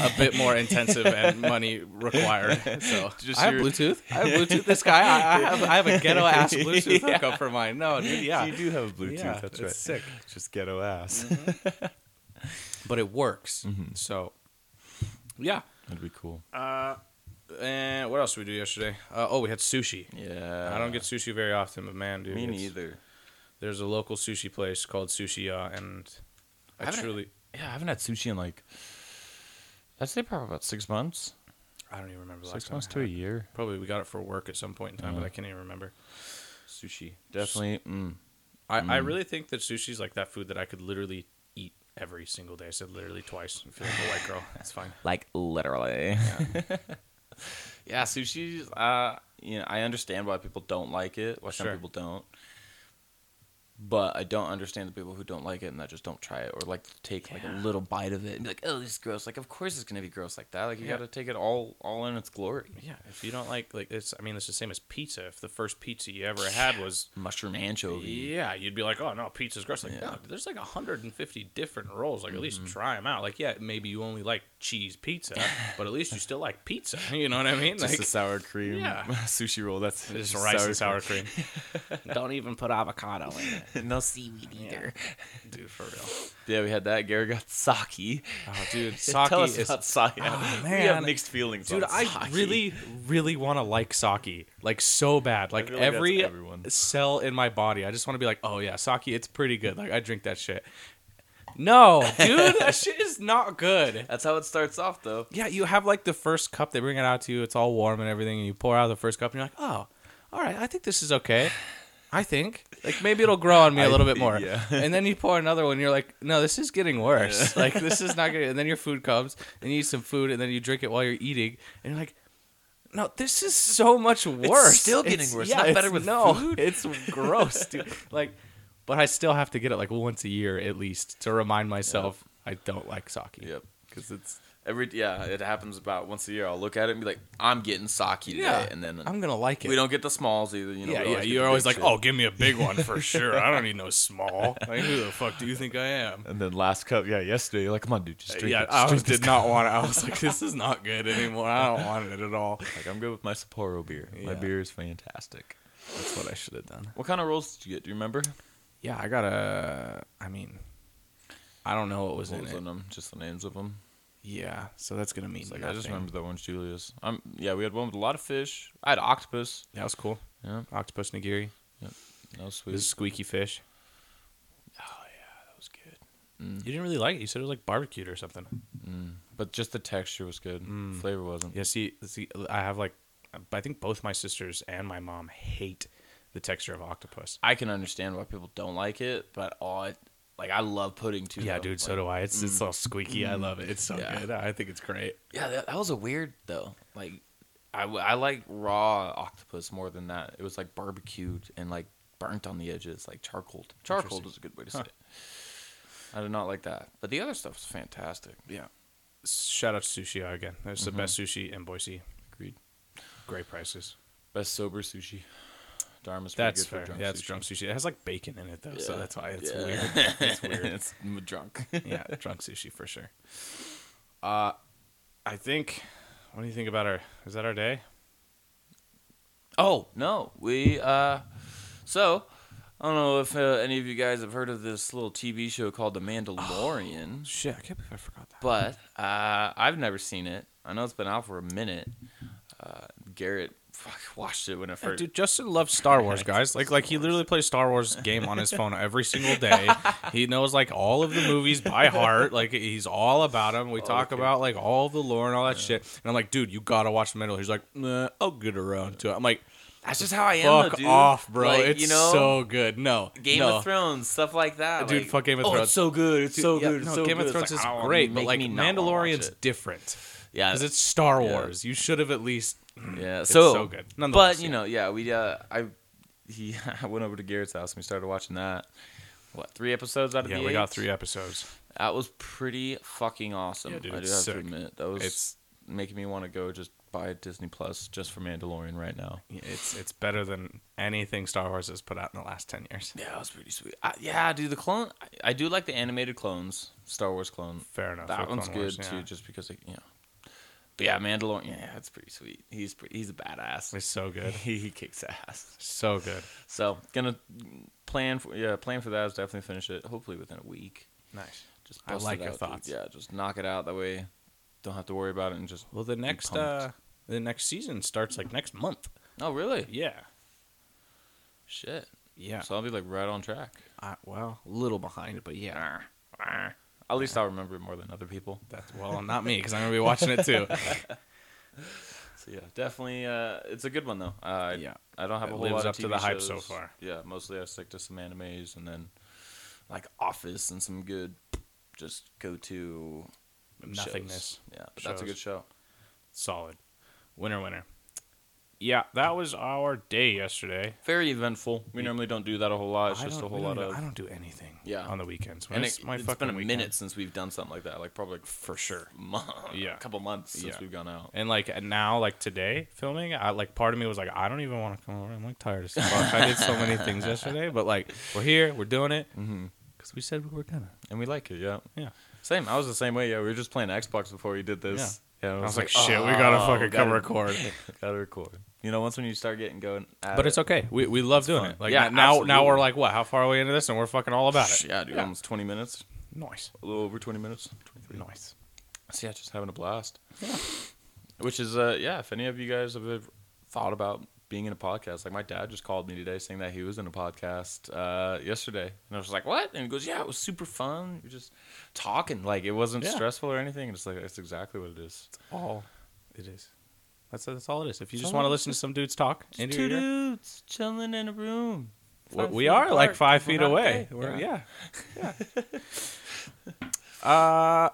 Speaker 2: a bit more intensive and money required. So
Speaker 1: Just
Speaker 2: I have
Speaker 1: your-
Speaker 2: Bluetooth. I have Bluetooth. This guy, I, I have, I have a ghetto ass Bluetooth hookup for mine. No, dude, yeah.
Speaker 1: do have Bluetooth.
Speaker 2: yeah, it's sick.
Speaker 1: Just ghetto ass.
Speaker 2: but it works.
Speaker 1: Mm-hmm.
Speaker 2: So, yeah.
Speaker 1: That'd be cool.
Speaker 2: And what else did we do yesterday? Uh, oh, we had sushi.
Speaker 1: Yeah.
Speaker 2: I don't get sushi very often, but man, dude,
Speaker 1: me
Speaker 2: it's-
Speaker 1: neither.
Speaker 2: There's a local sushi place called Sushi Ya, and I,
Speaker 1: haven't-
Speaker 2: truly,
Speaker 1: Yeah, I haven't had sushi in like I'd say probably about six months.
Speaker 2: I don't even remember the last
Speaker 1: Six
Speaker 2: time.
Speaker 1: months
Speaker 2: I
Speaker 1: to a
Speaker 2: had it.
Speaker 1: year.
Speaker 2: Probably we got it for work at some point in time, but
Speaker 1: Yeah.
Speaker 2: I can't even remember.
Speaker 1: Sushi. Definitely. Mm.
Speaker 2: I, I really think that sushi's like that food that I could literally eat every single day. I said literally twice. I feel like a white girl. That's fine.
Speaker 1: Like literally. Yeah, sushi. Uh, you know, I understand why people don't like it. Why
Speaker 2: Sure.
Speaker 1: some people don't. But I don't understand the people who don't like it and that just don't try it or like to take like a little bite of it and be like, "Oh, this is gross." Like, of course it's gonna be gross like that. Like, you
Speaker 2: Yeah.
Speaker 1: gotta take it all all in its glory.
Speaker 2: Yeah, if you don't like like it's, I mean, it's the same as pizza. If the first pizza you ever had was
Speaker 1: Mushroom anchovy.
Speaker 2: Yeah, you'd be like, oh no, pizza's gross. Like,
Speaker 1: Yeah. Mm-hmm.
Speaker 2: no, there's like 150 different rolls. Like, at least try them out. Like, yeah, maybe you only like cheese pizza, but at least you still like pizza. You know what I mean? Like,
Speaker 1: sour cream
Speaker 2: Yeah.
Speaker 1: sushi roll. That's
Speaker 2: just rice and sour cream. Don't even put avocado in it,
Speaker 1: no seaweed either.
Speaker 2: dude. For real.
Speaker 1: Yeah, we had that. Gary got sake.
Speaker 2: Oh, dude,
Speaker 1: Tell us
Speaker 2: sake is. Oh,
Speaker 1: about sake. we
Speaker 2: man.
Speaker 1: have mixed feelings.
Speaker 2: Dude,
Speaker 1: on
Speaker 2: I
Speaker 1: sake.
Speaker 2: really, really want to like sake, like so bad. Like
Speaker 1: feel like that's
Speaker 2: every
Speaker 1: everyone.
Speaker 2: cell in my body, I just want to be like, oh yeah, sake, it's pretty good. Like I drink that shit. No, dude, that shit is not good.
Speaker 1: That's how it starts off, though.
Speaker 2: yeah, you have like the first cup, they bring it out to you, it's all warm and everything, and you pour out the first cup, and you're like, oh, all right, I think this is okay. I think. Like maybe it'll grow on me a
Speaker 1: I
Speaker 2: little bit
Speaker 1: thi-
Speaker 2: more.
Speaker 1: yeah.
Speaker 2: And then you pour another one, you're like, no, this is getting worse. Like this is not getting and then your food comes and you eat some food and then you drink it while you're eating and you're like, no, this is so much worse.
Speaker 1: still getting worse, not
Speaker 2: it's-
Speaker 1: better with
Speaker 2: no,
Speaker 1: food.
Speaker 2: It's gross, dude. Like but I still have to get it like once a year at least to remind myself I don't like sake.
Speaker 1: Yep, because it's every yeah. It happens about once a year. I'll look at it and be like, I'm getting sake
Speaker 2: Yeah,
Speaker 1: today, and then
Speaker 2: I'm gonna like it.
Speaker 1: we don't get the smalls either. You know,
Speaker 2: yeah,
Speaker 1: we
Speaker 2: yeah.
Speaker 1: get
Speaker 2: You're
Speaker 1: the
Speaker 2: always
Speaker 1: big
Speaker 2: like,
Speaker 1: shit.
Speaker 2: oh, give me a big one for sure. I don't need no small. Like, who the fuck do you think I am?
Speaker 1: And then last cup, yeah, yesterday. You're like, come on, dude, just drink
Speaker 2: Uh, yeah,
Speaker 1: it. Just
Speaker 2: I
Speaker 1: drink
Speaker 2: was, did not want it. I was like, this is not good anymore. I don't want it at all.
Speaker 1: it. Like, I'm good with my Sapporo beer.
Speaker 2: Yeah.
Speaker 1: My beer is fantastic.
Speaker 2: That's what I should have done.
Speaker 1: What kind of rolls did you get? Do you remember?
Speaker 2: Yeah, I got a. I mean, I don't know what was
Speaker 1: What
Speaker 2: in
Speaker 1: was
Speaker 2: it.
Speaker 1: in them? Just the names of them.
Speaker 2: Yeah, so that's gonna mean
Speaker 1: It's like I
Speaker 2: nothing.
Speaker 1: just remember that one's Julius. Um, yeah, we had one with a lot of fish. I had octopus.
Speaker 2: that was cool.
Speaker 1: Yeah,
Speaker 2: Octopus nigiri,
Speaker 1: that was sweet.
Speaker 2: this squeaky fish.
Speaker 1: oh yeah, that was good.
Speaker 2: You didn't really like it. You said it was like barbecued or something.
Speaker 1: But just the texture was good. Flavor wasn't.
Speaker 2: Mm. Yeah, see, see, I have like, I think both my sisters and my mom hate the texture of octopus.
Speaker 1: I can understand why people don't like it, but all I, like I love pudding too.
Speaker 2: Yeah,
Speaker 1: though.
Speaker 2: dude, so
Speaker 1: Like,
Speaker 2: do I. It's it's all squeaky. I love it. It's so
Speaker 1: Yeah.
Speaker 2: good. I think it's great.
Speaker 1: yeah, that, that was a weird though. Like I, w- I like raw octopus more than that. It was like barbecued and like burnt on the edges, like charcoaled. Charcoaled
Speaker 2: Interesting.
Speaker 1: is a good way to say
Speaker 2: Huh.
Speaker 1: it. I did not like that, but the other stuff was fantastic.
Speaker 2: Yeah. Shout out to Sushi again. That's the best sushi in Boise.
Speaker 1: Agreed.
Speaker 2: Great prices.
Speaker 1: Best sober sushi. Dharma's pretty
Speaker 2: That's
Speaker 1: good
Speaker 2: fair.
Speaker 1: for drunk
Speaker 2: yeah, it's
Speaker 1: sushi.
Speaker 2: drunk sushi. It has like bacon in it though, so
Speaker 1: Yeah.
Speaker 2: that's why it's
Speaker 1: Yeah.
Speaker 2: weird. It's weird.
Speaker 1: it's m- drunk.
Speaker 2: yeah, drunk sushi for sure. Uh, I think. What do you think about our? Is that our day?
Speaker 1: oh no, we uh, so I don't know if uh, any of you guys have heard of this little TV show called The Mandalorian,
Speaker 2: Shit, I can't believe I forgot that.
Speaker 1: but uh, I've never seen it. I know it's been out for a minute. Uh, Garrett fuck, watched it when it first.
Speaker 2: Uh, dude, Justin loves Star Wars, guys. Like, like he literally plays Star Wars game on his phone every single day. he knows like all of the movies by heart. Like, he's all about them. We talk about like all the lore and all that shit. And I'm like, dude, you gotta watch the middle. He's like, nah, I'll get around to it. I'm like,
Speaker 1: That's just how I am.
Speaker 2: fuck
Speaker 1: though, dude.
Speaker 2: off, bro.
Speaker 1: Like,
Speaker 2: it's
Speaker 1: you know,
Speaker 2: so good. No,
Speaker 1: Game
Speaker 2: no.
Speaker 1: of Thrones stuff like that.
Speaker 2: Dude,
Speaker 1: like,
Speaker 2: fuck Game of
Speaker 1: Oh,
Speaker 2: Thrones.
Speaker 1: it's so good. It's so
Speaker 2: Yeah,
Speaker 1: good. it's
Speaker 2: no,
Speaker 1: so
Speaker 2: Game
Speaker 1: good.
Speaker 2: of Thrones
Speaker 1: It's like,
Speaker 2: is
Speaker 1: oh,
Speaker 2: great, but
Speaker 1: make
Speaker 2: like
Speaker 1: me not wanna watch
Speaker 2: Mandalorian's
Speaker 1: it.
Speaker 2: different.
Speaker 1: Yeah,
Speaker 2: because Uh, it's Star
Speaker 1: Yeah.
Speaker 2: Wars. You should have at least.
Speaker 1: Yeah,
Speaker 2: It's
Speaker 1: so,
Speaker 2: so good. Nonetheless,
Speaker 1: But you
Speaker 2: yeah.
Speaker 1: know, yeah, we uh, I he I went over to Garrett's house and we started watching that. What three episodes out of
Speaker 2: Yeah,
Speaker 1: the
Speaker 2: we
Speaker 1: eight?
Speaker 2: got three episodes.
Speaker 1: That was pretty fucking awesome.
Speaker 2: Yeah, dude,
Speaker 1: I do
Speaker 2: it's
Speaker 1: have
Speaker 2: sick.
Speaker 1: to admit that was
Speaker 2: It's-
Speaker 1: making me want to go just buy Disney Plus just for Mandalorian right now.
Speaker 2: It's it's better than anything Star Wars has put out in the last ten years.
Speaker 1: Yeah, that was pretty sweet. I, yeah, dude, the clone. I, I do like the animated clones, Star Wars clone.
Speaker 2: Fair enough.
Speaker 1: that
Speaker 2: with
Speaker 1: one's
Speaker 2: Clone
Speaker 1: good
Speaker 2: Wars,
Speaker 1: too,
Speaker 2: yeah.
Speaker 1: just because like, you know. But yeah, Mandalorian. Yeah, that's pretty sweet. He's pretty, he's a badass.
Speaker 2: It's so good.
Speaker 1: He, he kicks ass.
Speaker 2: So good.
Speaker 1: So gonna plan for yeah plan for that is definitely finish it hopefully within a week.
Speaker 2: Nice.
Speaker 1: Just
Speaker 2: I
Speaker 1: bust
Speaker 2: like
Speaker 1: it
Speaker 2: your
Speaker 1: out, dude.
Speaker 2: thoughts.
Speaker 1: Yeah, just knock it out that way. Don't have to worry about it and just.
Speaker 2: Well, the next uh,
Speaker 1: pumped.
Speaker 2: the next season starts like next month.
Speaker 1: Oh really?
Speaker 2: Yeah.
Speaker 1: Shit.
Speaker 2: Yeah.
Speaker 1: So I'll be like right on track.
Speaker 2: I, well, a little behind, but yeah.
Speaker 1: At least I'll remember it more than other people.
Speaker 2: That's well, not me because I'm gonna be watching it too.
Speaker 1: So yeah, definitely. Uh, it's a good one though. Uh,
Speaker 2: Yeah.
Speaker 1: I don't have
Speaker 2: It
Speaker 1: a whole
Speaker 2: lives
Speaker 1: lot
Speaker 2: up
Speaker 1: of
Speaker 2: to
Speaker 1: TV
Speaker 2: the hype so
Speaker 1: shows.
Speaker 2: far.
Speaker 1: Yeah, mostly I stick to some animes and then like Office and some good just go to shows.
Speaker 2: Nothingness.
Speaker 1: Yeah, but that's a
Speaker 2: Shows.
Speaker 1: good show.
Speaker 2: Solid. Winner, winner. Yeah, that was our day yesterday.
Speaker 1: Very eventful. We
Speaker 2: Yeah.
Speaker 1: normally don't do that a whole lot. It's
Speaker 2: I
Speaker 1: just
Speaker 2: don't-
Speaker 1: a whole
Speaker 2: we don't
Speaker 1: lot
Speaker 2: do-
Speaker 1: of
Speaker 2: I don't do anything.
Speaker 1: Yeah.
Speaker 2: On the weekends. When
Speaker 1: And
Speaker 2: it's
Speaker 1: it,
Speaker 2: my
Speaker 1: has
Speaker 2: fucking
Speaker 1: been a
Speaker 2: weekend.
Speaker 1: minute since we've done something like that. Like probably like for sure, month,
Speaker 2: Yeah.
Speaker 1: a couple months since
Speaker 2: Yeah.
Speaker 1: we've gone out.
Speaker 2: And like and now, like today, filming, I like part of me was like, I don't even want to come over. I'm like tired as fuck. I did so many things yesterday, but like we're here, we're doing it because we said mm-hmm. we were gonna.
Speaker 1: And we like it, yeah.
Speaker 2: Yeah.
Speaker 1: Same. I was the same way. Yeah, we were just playing Xbox before we did this. Yeah,
Speaker 2: I was like, shit, we gotta
Speaker 1: oh,
Speaker 2: fucking come
Speaker 1: gotta-
Speaker 2: record.
Speaker 1: Gotta record. You know, once when you start getting going, at
Speaker 2: But
Speaker 1: it-
Speaker 2: it's okay. We, we love doing
Speaker 1: fun.
Speaker 2: it. Like
Speaker 1: Yeah,
Speaker 2: now now we're
Speaker 1: absolutely.
Speaker 2: like what? How far are we into this? And we're fucking all about it.
Speaker 1: yeah, dude, almost twenty minutes,
Speaker 2: Nice,
Speaker 1: a little over twenty minutes.
Speaker 2: nice.
Speaker 1: So yeah, just having a blast. Which is uh yeah, if any of you guys have ever thought about being in a podcast, like my dad just called me today saying that he was in a podcast uh yesterday. And I was like, What? And he goes, Yeah, it was super fun. You're just talking. Like it wasn't
Speaker 2: Yeah.
Speaker 1: stressful or anything. And it's like that's exactly what it is.
Speaker 2: All it is. That's that's all it is. If you
Speaker 1: It's
Speaker 2: just
Speaker 1: all
Speaker 2: want to
Speaker 1: it
Speaker 2: listen to some dudes talk, into your ear,
Speaker 1: dudes chilling in a room.
Speaker 2: We, we are like five feet away. We're-
Speaker 1: yeah.
Speaker 2: yeah. yeah. uh,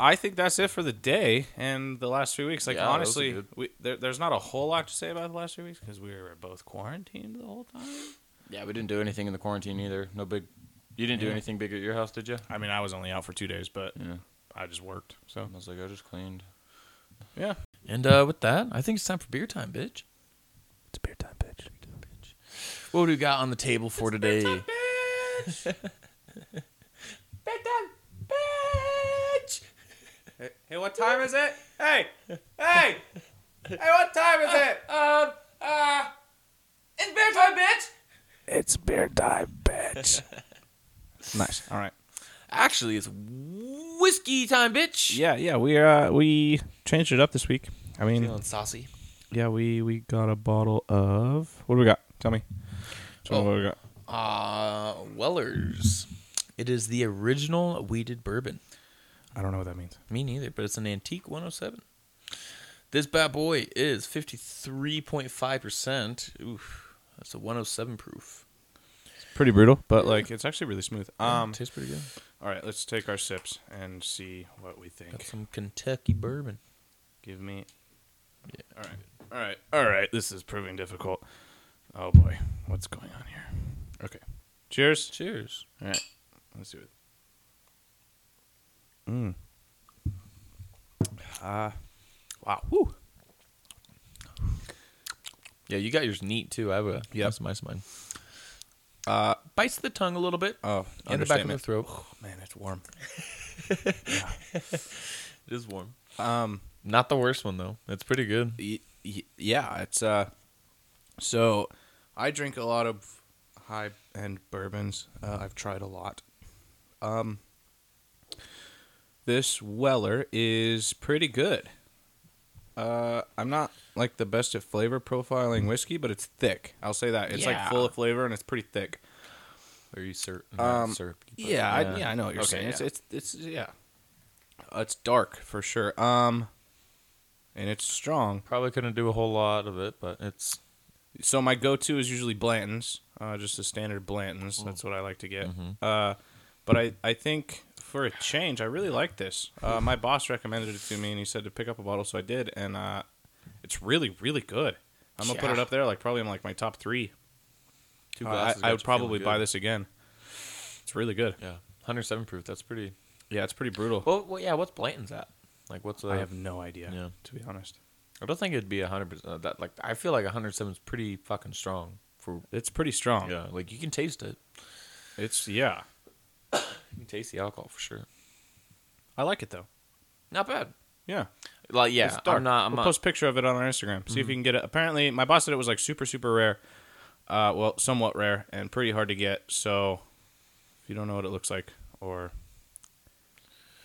Speaker 2: I think that's it for the day and the last three weeks. Like
Speaker 1: Yeah, those are
Speaker 2: honestly,
Speaker 1: good.
Speaker 2: we, there, there's not a whole lot to say about the last three weeks because we were both quarantined the whole time.
Speaker 1: Yeah, we didn't do anything in the quarantine either. No big you didn't do
Speaker 2: Yeah.
Speaker 1: anything big at your house, did you?
Speaker 2: I mean, I was only out for two days, but
Speaker 1: Yeah.
Speaker 2: I just worked.
Speaker 1: I
Speaker 2: So
Speaker 1: was like, I just cleaned.
Speaker 2: yeah,
Speaker 1: And uh, with that, I think it's time for beer time, bitch.
Speaker 2: it's beer time, bitch.
Speaker 1: What do we got on the table for today?
Speaker 2: bitch. Hey, what time is it? Hey, hey, hey, what time is it? Um, uh, it's beer time, bitch. It's beer time, bitch. nice. All right.
Speaker 1: Actually, it's whiskey time, bitch.
Speaker 2: Yeah, yeah, we uh we changed it up this week. I mean,
Speaker 1: Feeling saucy.
Speaker 2: yeah, we we got a bottle of what do we got? Tell me. Tell me what we got.
Speaker 1: Uh, Weller's. It is the original weeded bourbon.
Speaker 2: I don't know what that means.
Speaker 1: Me neither, but it's an antique 107. This bad boy is 53.5%. Oof, that's a 107 proof.
Speaker 2: It's pretty brutal, but like it's actually really smooth. Um,
Speaker 1: tastes pretty good.
Speaker 2: all right, let's take our sips and see what we think.
Speaker 1: Got some Kentucky bourbon.
Speaker 2: Give me.
Speaker 1: Yeah.
Speaker 2: All right. All right. All right. This is proving difficult. Oh boy, what's going on here? Okay. Cheers.
Speaker 1: Cheers.
Speaker 2: All right. Let's do it. Mm. Ah. wow. Woo.
Speaker 1: Yeah, you got yours neat too. I have a
Speaker 2: Yep.
Speaker 1: that's mine's mine. Uh, bites the tongue a little bit
Speaker 2: Oh,
Speaker 1: in the back of the throat.
Speaker 2: Man, it's warm.
Speaker 1: It is warm.
Speaker 2: Um.
Speaker 1: Not the worst one though. It's pretty good.
Speaker 2: y- y- yeah, it's uh so I drink a lot of high end bourbons. Uh, I've tried a lot. Um this Weller is pretty good. Uh I'm not like the best at flavor profiling whiskey, but it's thick. I'll say that. It's
Speaker 1: Yeah.
Speaker 2: like full of flavor and it's pretty thick.
Speaker 1: Are you certain?
Speaker 2: Um, Yeah, I, yeah, I know what you're saying.
Speaker 1: yeah.
Speaker 2: It's, it's it's yeah. Uh, it's dark for sure. Um and it's strong.
Speaker 1: Probably couldn't do a whole lot of it, but it's
Speaker 2: So my go-to is usually Blanton's, uh, just a standard Blanton's. That's what I like to get.
Speaker 1: Mm-hmm.
Speaker 2: Uh, but I, I think for a change, I really like this. Uh, my boss recommended it to me, and he said to pick up a bottle, so I did, and uh, it's really, really good. I'm gonna put it
Speaker 1: Yeah.
Speaker 2: up there, like probably in like my top three.
Speaker 1: two
Speaker 2: Uh, I,
Speaker 1: glasses.
Speaker 2: I would probably buy this again. It's really good.
Speaker 1: Yeah, 107 proof. That's pretty.
Speaker 2: Yeah, it's pretty brutal.
Speaker 1: Well, well yeah. What's Blanton's at? Like, what's the?
Speaker 2: I have no idea,
Speaker 1: Yeah.
Speaker 2: to be honest.
Speaker 1: I don't think it'd be 100. percent That like, I feel like 107 is pretty fucking strong for.
Speaker 2: It's pretty strong.
Speaker 1: Yeah, like you can taste it.
Speaker 2: It's yeah.
Speaker 1: You can taste the alcohol for sure.
Speaker 2: I like it though.
Speaker 1: Not bad.
Speaker 2: Yeah.
Speaker 1: Like, yeah,
Speaker 2: It's dark.
Speaker 1: I'm not. I'm
Speaker 2: we'll
Speaker 1: not. Mm-hmm.
Speaker 2: post a picture of it on our Instagram. See if you can get it. Apparently, my boss said it was like super, super rare. Uh, well, somewhat rare and pretty hard to get. So, if you don't know what it looks like or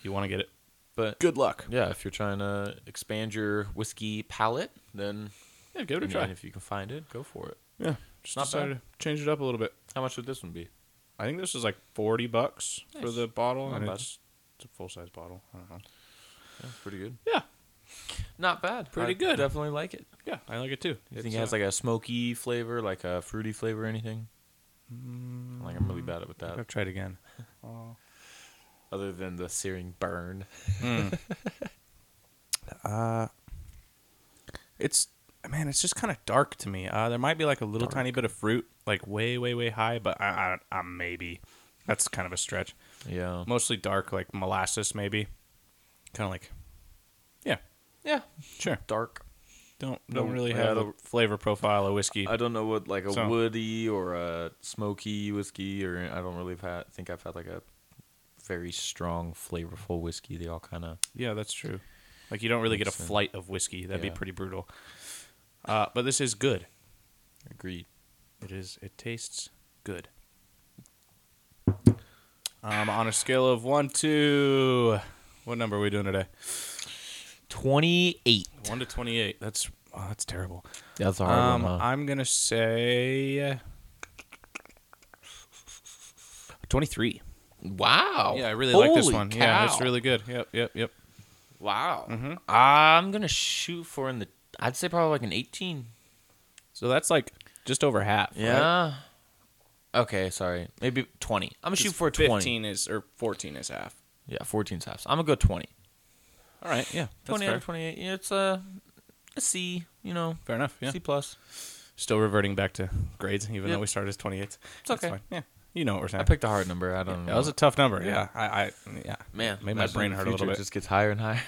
Speaker 2: you want to get it,
Speaker 1: but
Speaker 2: good luck.
Speaker 1: yeah, if you're trying to expand your whiskey palate, then
Speaker 2: Yeah, give it
Speaker 1: I
Speaker 2: a
Speaker 1: mean,
Speaker 2: try.
Speaker 1: if you can find it, go for it.
Speaker 2: Yeah, just
Speaker 1: Not
Speaker 2: decided to change it up a little bit.
Speaker 1: How much would this one be?
Speaker 2: I think this is like forty bucks for
Speaker 1: Nice.
Speaker 2: the bottle,
Speaker 1: Not
Speaker 2: and
Speaker 1: bad.
Speaker 2: it's, it's a full size bottle. I don't know.
Speaker 1: Yeah, it's pretty good.
Speaker 2: Yeah,
Speaker 1: Not bad.
Speaker 2: Pretty
Speaker 1: I
Speaker 2: good.
Speaker 1: Definitely like it.
Speaker 2: yeah, I like it too.
Speaker 1: You think
Speaker 2: It's,
Speaker 1: it has
Speaker 2: uh,
Speaker 1: like a smoky flavor, like a fruity flavor, or anything? Like I'm really bad at with
Speaker 2: I've
Speaker 1: that.
Speaker 2: tried again.
Speaker 1: Other than the searing burn. Mm.
Speaker 2: Uh, it's man, it's just kind of dark to me. Uh, there might be like a little tiny bit of fruit, like way, way, way high, but I, I, I maybe that's kind of a stretch.
Speaker 1: Yeah.
Speaker 2: Mostly dark, like molasses, maybe. Kind of like, yeah,
Speaker 1: Yeah.
Speaker 2: sure.
Speaker 1: Dark.
Speaker 2: Don't don't
Speaker 1: No,
Speaker 2: really
Speaker 1: I
Speaker 2: have a
Speaker 1: don't-
Speaker 2: flavor profile of whiskey.
Speaker 1: I don't know what like a
Speaker 2: So-
Speaker 1: woody or a smoky whiskey, or I don't really have had, think I've had like a very strong, flavorful whiskey. They all kind of
Speaker 2: yeah, that's true. Like you don't really get a
Speaker 1: Makes sense.
Speaker 2: flight of whiskey. That'd
Speaker 1: Yeah.
Speaker 2: be pretty brutal. Uh, but this is good.
Speaker 1: agreed.
Speaker 2: It is. It tastes good. Um, on a scale of one to what number are we doing today?
Speaker 1: Twenty-eight.
Speaker 2: One to twenty-eight. That's oh, that's terrible.
Speaker 1: That's a hard
Speaker 2: Um,
Speaker 1: one. Huh?
Speaker 2: I'm gonna say twenty-three.
Speaker 1: wow.
Speaker 2: Yeah, I really like this
Speaker 1: Holy
Speaker 2: one. Yeah, it's
Speaker 1: cow.
Speaker 2: really Mm-hmm. good. Yep, yep, yep.
Speaker 1: wow. I'm gonna shoot for in the. I'd say probably like an eighteen.
Speaker 2: So that's like just over half. right?
Speaker 1: Yeah. Okay, sorry. Maybe 20. I'm going to shoot for 20.
Speaker 2: Fifteen is or fourteen is half.
Speaker 1: Yeah, 14's half. I'm going to go 20.
Speaker 2: All right. Yeah. That's
Speaker 1: 20 out
Speaker 2: fair.
Speaker 1: of 28. Yeah, it's a, a C, you know,
Speaker 2: fair enough. Yeah.
Speaker 1: C plus.
Speaker 2: Still reverting back to grades, even
Speaker 1: Yeah.
Speaker 2: though we started as twenty-eight.
Speaker 1: It's okay.
Speaker 2: Yeah. You know what we're saying.
Speaker 1: I picked a hard number. I don't know.
Speaker 2: That was a tough number. Yeah, I, I yeah,
Speaker 1: Man,
Speaker 2: made my
Speaker 1: imagine
Speaker 2: brain
Speaker 1: the
Speaker 2: hurt a little
Speaker 1: future
Speaker 2: bit.
Speaker 1: just gets higher and higher.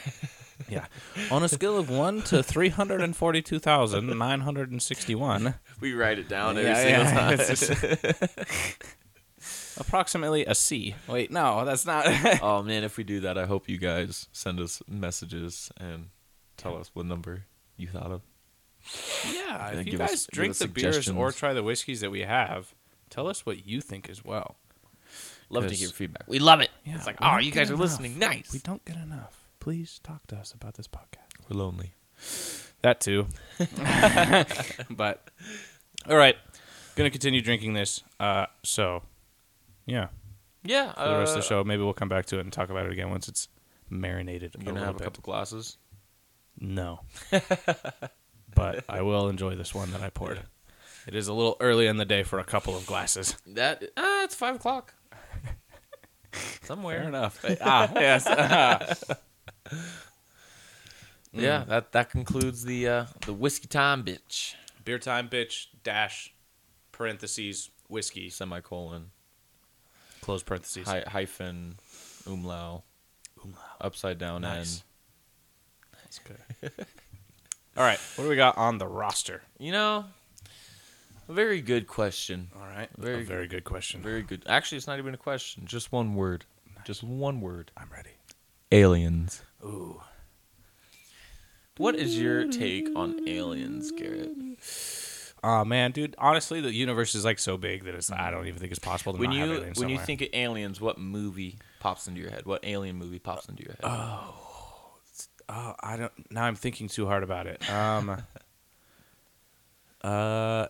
Speaker 2: yeah, on a scale of one to three hundred and forty-two thousand nine hundred and sixty-one,
Speaker 1: we write it down
Speaker 2: approximately a C. Wait, no, that's not.
Speaker 1: oh, man, if we do that, I hope you guys send us messages and tell us what number you thought of.
Speaker 2: yeah,
Speaker 1: Yeah,
Speaker 2: if you
Speaker 1: give us-
Speaker 2: guys
Speaker 1: give
Speaker 2: drink
Speaker 1: us
Speaker 2: the beers or
Speaker 1: suggestions.
Speaker 2: try the whiskeys that we have, tell us what you think as well.
Speaker 1: Love to
Speaker 2: 'Cause-
Speaker 1: hear feedback. We love it.
Speaker 2: Yeah,
Speaker 1: it's like,
Speaker 2: we
Speaker 1: oh,
Speaker 2: don't
Speaker 1: you
Speaker 2: get
Speaker 1: guys are
Speaker 2: enough.
Speaker 1: listening. Nice.
Speaker 2: We don't get enough. Please talk to us about this podcast.
Speaker 1: We're lonely.
Speaker 2: That too. but all right, gonna continue drinking this. Uh, so yeah,
Speaker 1: Yeah.
Speaker 2: for the rest of
Speaker 1: uh,
Speaker 2: the show, maybe we'll come back to it and talk about it again once it's marinated a
Speaker 1: I'm
Speaker 2: little
Speaker 1: gonna have a
Speaker 2: bit.
Speaker 1: couple glasses.
Speaker 2: No, but I will enjoy this one that I poured. It is a little early in the day for a couple of glasses.
Speaker 1: That ah, it's five o'clock. Somewhere.
Speaker 2: enough. ah, yes.
Speaker 1: Yeah. That that concludes the uh, the whiskey time, bitch.
Speaker 2: Beer time, bitch. Dash. Parentheses. Whiskey.
Speaker 1: Semicolon
Speaker 2: Close parentheses.
Speaker 1: hy- hyphen umlau upside down nice.
Speaker 2: Nice. That's good. All right. What do we got on the roster?
Speaker 1: You know, a very good question.
Speaker 2: All right.
Speaker 1: Very
Speaker 2: a very good question.
Speaker 1: Very good. Actually, it's not even a question. Just one word. Just one word.
Speaker 2: I'm ready.
Speaker 1: Aliens.
Speaker 2: Ooh.
Speaker 1: What is your take on aliens, Garrett?
Speaker 2: Oh man, dude. Honestly, the universe is like so big that it's I don't even think it's possible to
Speaker 1: When
Speaker 2: not
Speaker 1: you
Speaker 2: have
Speaker 1: when
Speaker 2: aliens
Speaker 1: you
Speaker 2: somewhere.
Speaker 1: think of aliens, what movie pops into your head? What alien movie pops into your head?
Speaker 2: Oh, I don't. Now I'm thinking too hard about it. Um. uh,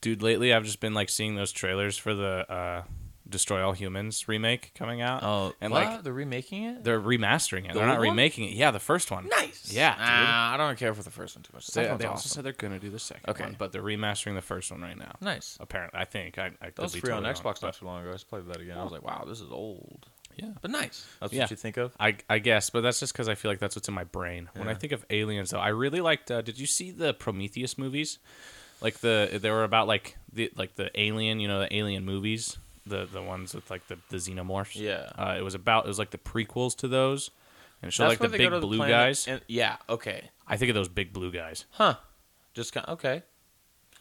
Speaker 2: dude. Lately, I've just been like seeing those trailers for the uh, "Destroy All Humans" remake coming out.
Speaker 1: oh,
Speaker 2: and
Speaker 1: what?
Speaker 2: like
Speaker 1: they're remaking it.
Speaker 2: they're remastering it.
Speaker 1: The
Speaker 2: they're not
Speaker 1: old one?
Speaker 2: remaking it. Yeah, the first one.
Speaker 1: nice.
Speaker 2: Yeah, dude.
Speaker 1: Nah, I don't care for the first one too much. The
Speaker 2: They,
Speaker 1: second one's
Speaker 2: they also
Speaker 1: awesome.
Speaker 2: said they're gonna do the second
Speaker 1: Okay.
Speaker 2: one, but they're remastering the first one right now.
Speaker 1: nice.
Speaker 2: Apparently, I think I, I could
Speaker 1: That was
Speaker 2: be
Speaker 1: free on
Speaker 2: totally wrong,
Speaker 1: Xbox not too long ago. I just played that again. I was like, wow, this is old.
Speaker 2: Yeah.
Speaker 1: But nice. That's
Speaker 2: Yeah.
Speaker 1: what you think of?
Speaker 2: I, I guess, but that's just because I feel like that's what's in my brain. When I
Speaker 1: Yeah.
Speaker 2: think of aliens, though, I really liked. Uh, did you see the Prometheus movies? Like the they were about like the like the alien, you know, the alien movies, the the ones with like the the xenomorphs.
Speaker 1: Yeah.
Speaker 2: uh, it was about it was like the prequels to those, and it showed
Speaker 1: That's
Speaker 2: like
Speaker 1: where
Speaker 2: the
Speaker 1: they go
Speaker 2: big
Speaker 1: to
Speaker 2: blue
Speaker 1: planet
Speaker 2: guys.
Speaker 1: and- yeah, okay.
Speaker 2: I think of those big blue guys
Speaker 1: Huh. Just kind okay.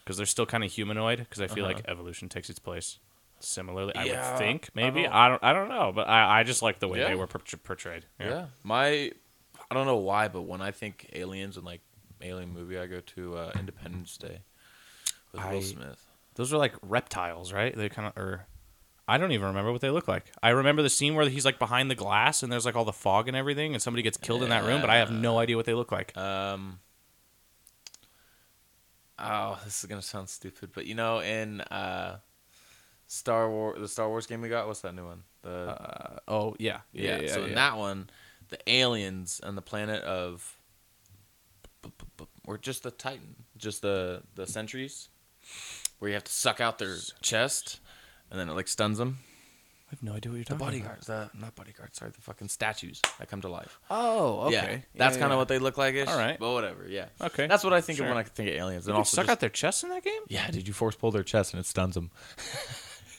Speaker 2: because they're still kind of humanoid. Because I feel
Speaker 1: Uh-huh.
Speaker 2: like evolution takes its place similarly. I
Speaker 1: Yeah,
Speaker 2: would think
Speaker 1: I
Speaker 2: maybe
Speaker 1: don't-
Speaker 2: I don't I don't know, but I I just like the way
Speaker 1: Yeah.
Speaker 2: they were portray- portrayed.
Speaker 1: Yeah. My I don't know why, but when I think aliens and like alien movie, I go to uh, Independence Day with
Speaker 2: I-
Speaker 1: Will Smith.
Speaker 2: Those are like reptiles, right? They kind of or I don't even remember what they look like. I remember the scene where he's like behind the glass and there's like all the fog and everything and somebody gets killed in that room, but I have no idea what they look like.
Speaker 1: Um Oh, this is going to sound stupid, but you know in uh Star War the Star Wars game we got, what's that new one? The
Speaker 2: oh, yeah.
Speaker 1: Yeah. so in that one, the aliens on the planet of, b- b- b- or just the Titan, just the the sentries, where you have to suck out their chest, and then it like stuns them.
Speaker 2: I have no idea what you're
Speaker 1: The
Speaker 2: talking
Speaker 1: bodyguards, the not bodyguards, sorry, the fucking statues that come to life.
Speaker 2: about. Oh, okay.
Speaker 1: Yeah, that's kind of what they look like. Ish.
Speaker 2: All right.
Speaker 1: but whatever. Yeah.
Speaker 2: Okay,
Speaker 1: That's what I think
Speaker 2: sure.
Speaker 1: of when I think of aliens,
Speaker 2: Did
Speaker 1: and
Speaker 2: you
Speaker 1: also
Speaker 2: suck
Speaker 1: just-
Speaker 2: out their chests in that game?
Speaker 1: yeah, did you force pull their chest and it stuns them?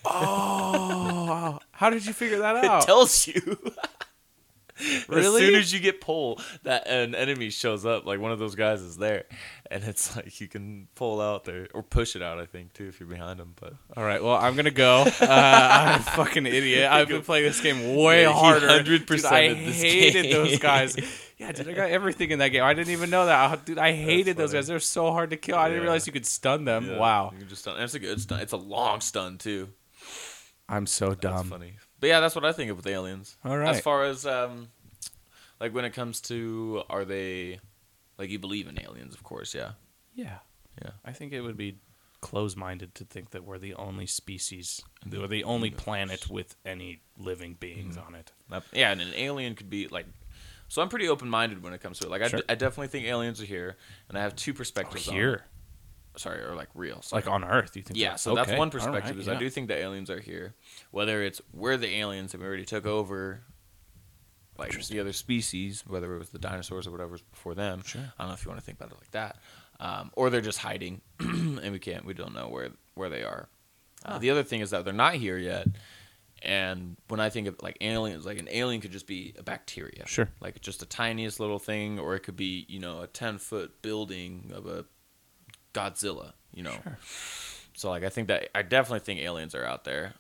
Speaker 2: Oh, how did you figure that
Speaker 1: It tells you.
Speaker 2: Oh. Really?
Speaker 1: As soon as you get pull, that an enemy shows up. Like one of those guys is there, and it's like you can pull out there or push it out. I think too if you're behind them. But
Speaker 2: all right, well, I'm gonna go. Uh, I'm a fucking idiot. I've been playing this game way
Speaker 1: Yeah, he
Speaker 2: harder.
Speaker 1: 100%
Speaker 2: Dude, I
Speaker 1: of this
Speaker 2: hated
Speaker 1: game.
Speaker 2: those guys. Yeah, dude, I got everything in that game. I didn't even know that. Oh, Dude, I hated those
Speaker 1: funny.
Speaker 2: guys. They're so hard to kill. I didn't
Speaker 1: Yeah.
Speaker 2: realize you could stun them.
Speaker 1: yeah,
Speaker 2: Um, Wow,
Speaker 1: you can just stun. and It's a good stun. It's a long stun too.
Speaker 2: I'm so
Speaker 1: That's
Speaker 2: dumb.
Speaker 1: funny. But yeah, that's what I think of with aliens.
Speaker 2: All
Speaker 1: As
Speaker 2: right.
Speaker 1: far as um, like when it comes to are they, like you believe in aliens, of course. Yeah.
Speaker 2: Yeah,
Speaker 1: Yeah.
Speaker 2: I think it would be close-minded to think that we're the only species, we're the only planet with any living beings
Speaker 1: Mm.
Speaker 2: on it.
Speaker 1: Not- yeah, and an alien could be like. So I'm pretty open-minded when it comes to it. Like I
Speaker 2: Sure.
Speaker 1: d- I definitely think aliens are here, and I have two perspectives. on it.
Speaker 2: Here,
Speaker 1: sorry, or like real. Sorry.
Speaker 2: like on Earth, you think?
Speaker 1: yeah,
Speaker 2: that-
Speaker 1: so
Speaker 2: okay,
Speaker 1: that's one
Speaker 2: all right,
Speaker 1: perspective. is I
Speaker 2: yeah.
Speaker 1: do think the aliens are here, whether it's we're the aliens and we already took over, like the other species, whether it was the dinosaurs or whatever was before them.
Speaker 2: Sure.
Speaker 1: I don't know if you want to think about it like that, um, or they're just hiding, and we can't, we don't know where where they are. Uh, the other thing is that they're not here yet. And when I think of like aliens, like an alien could just be a bacteria,
Speaker 2: Sure.
Speaker 1: like just the tiniest little thing, or it could be you know a ten foot building of a Godzilla, you know.
Speaker 2: Sure.
Speaker 1: So like I think that I definitely think aliens are out there.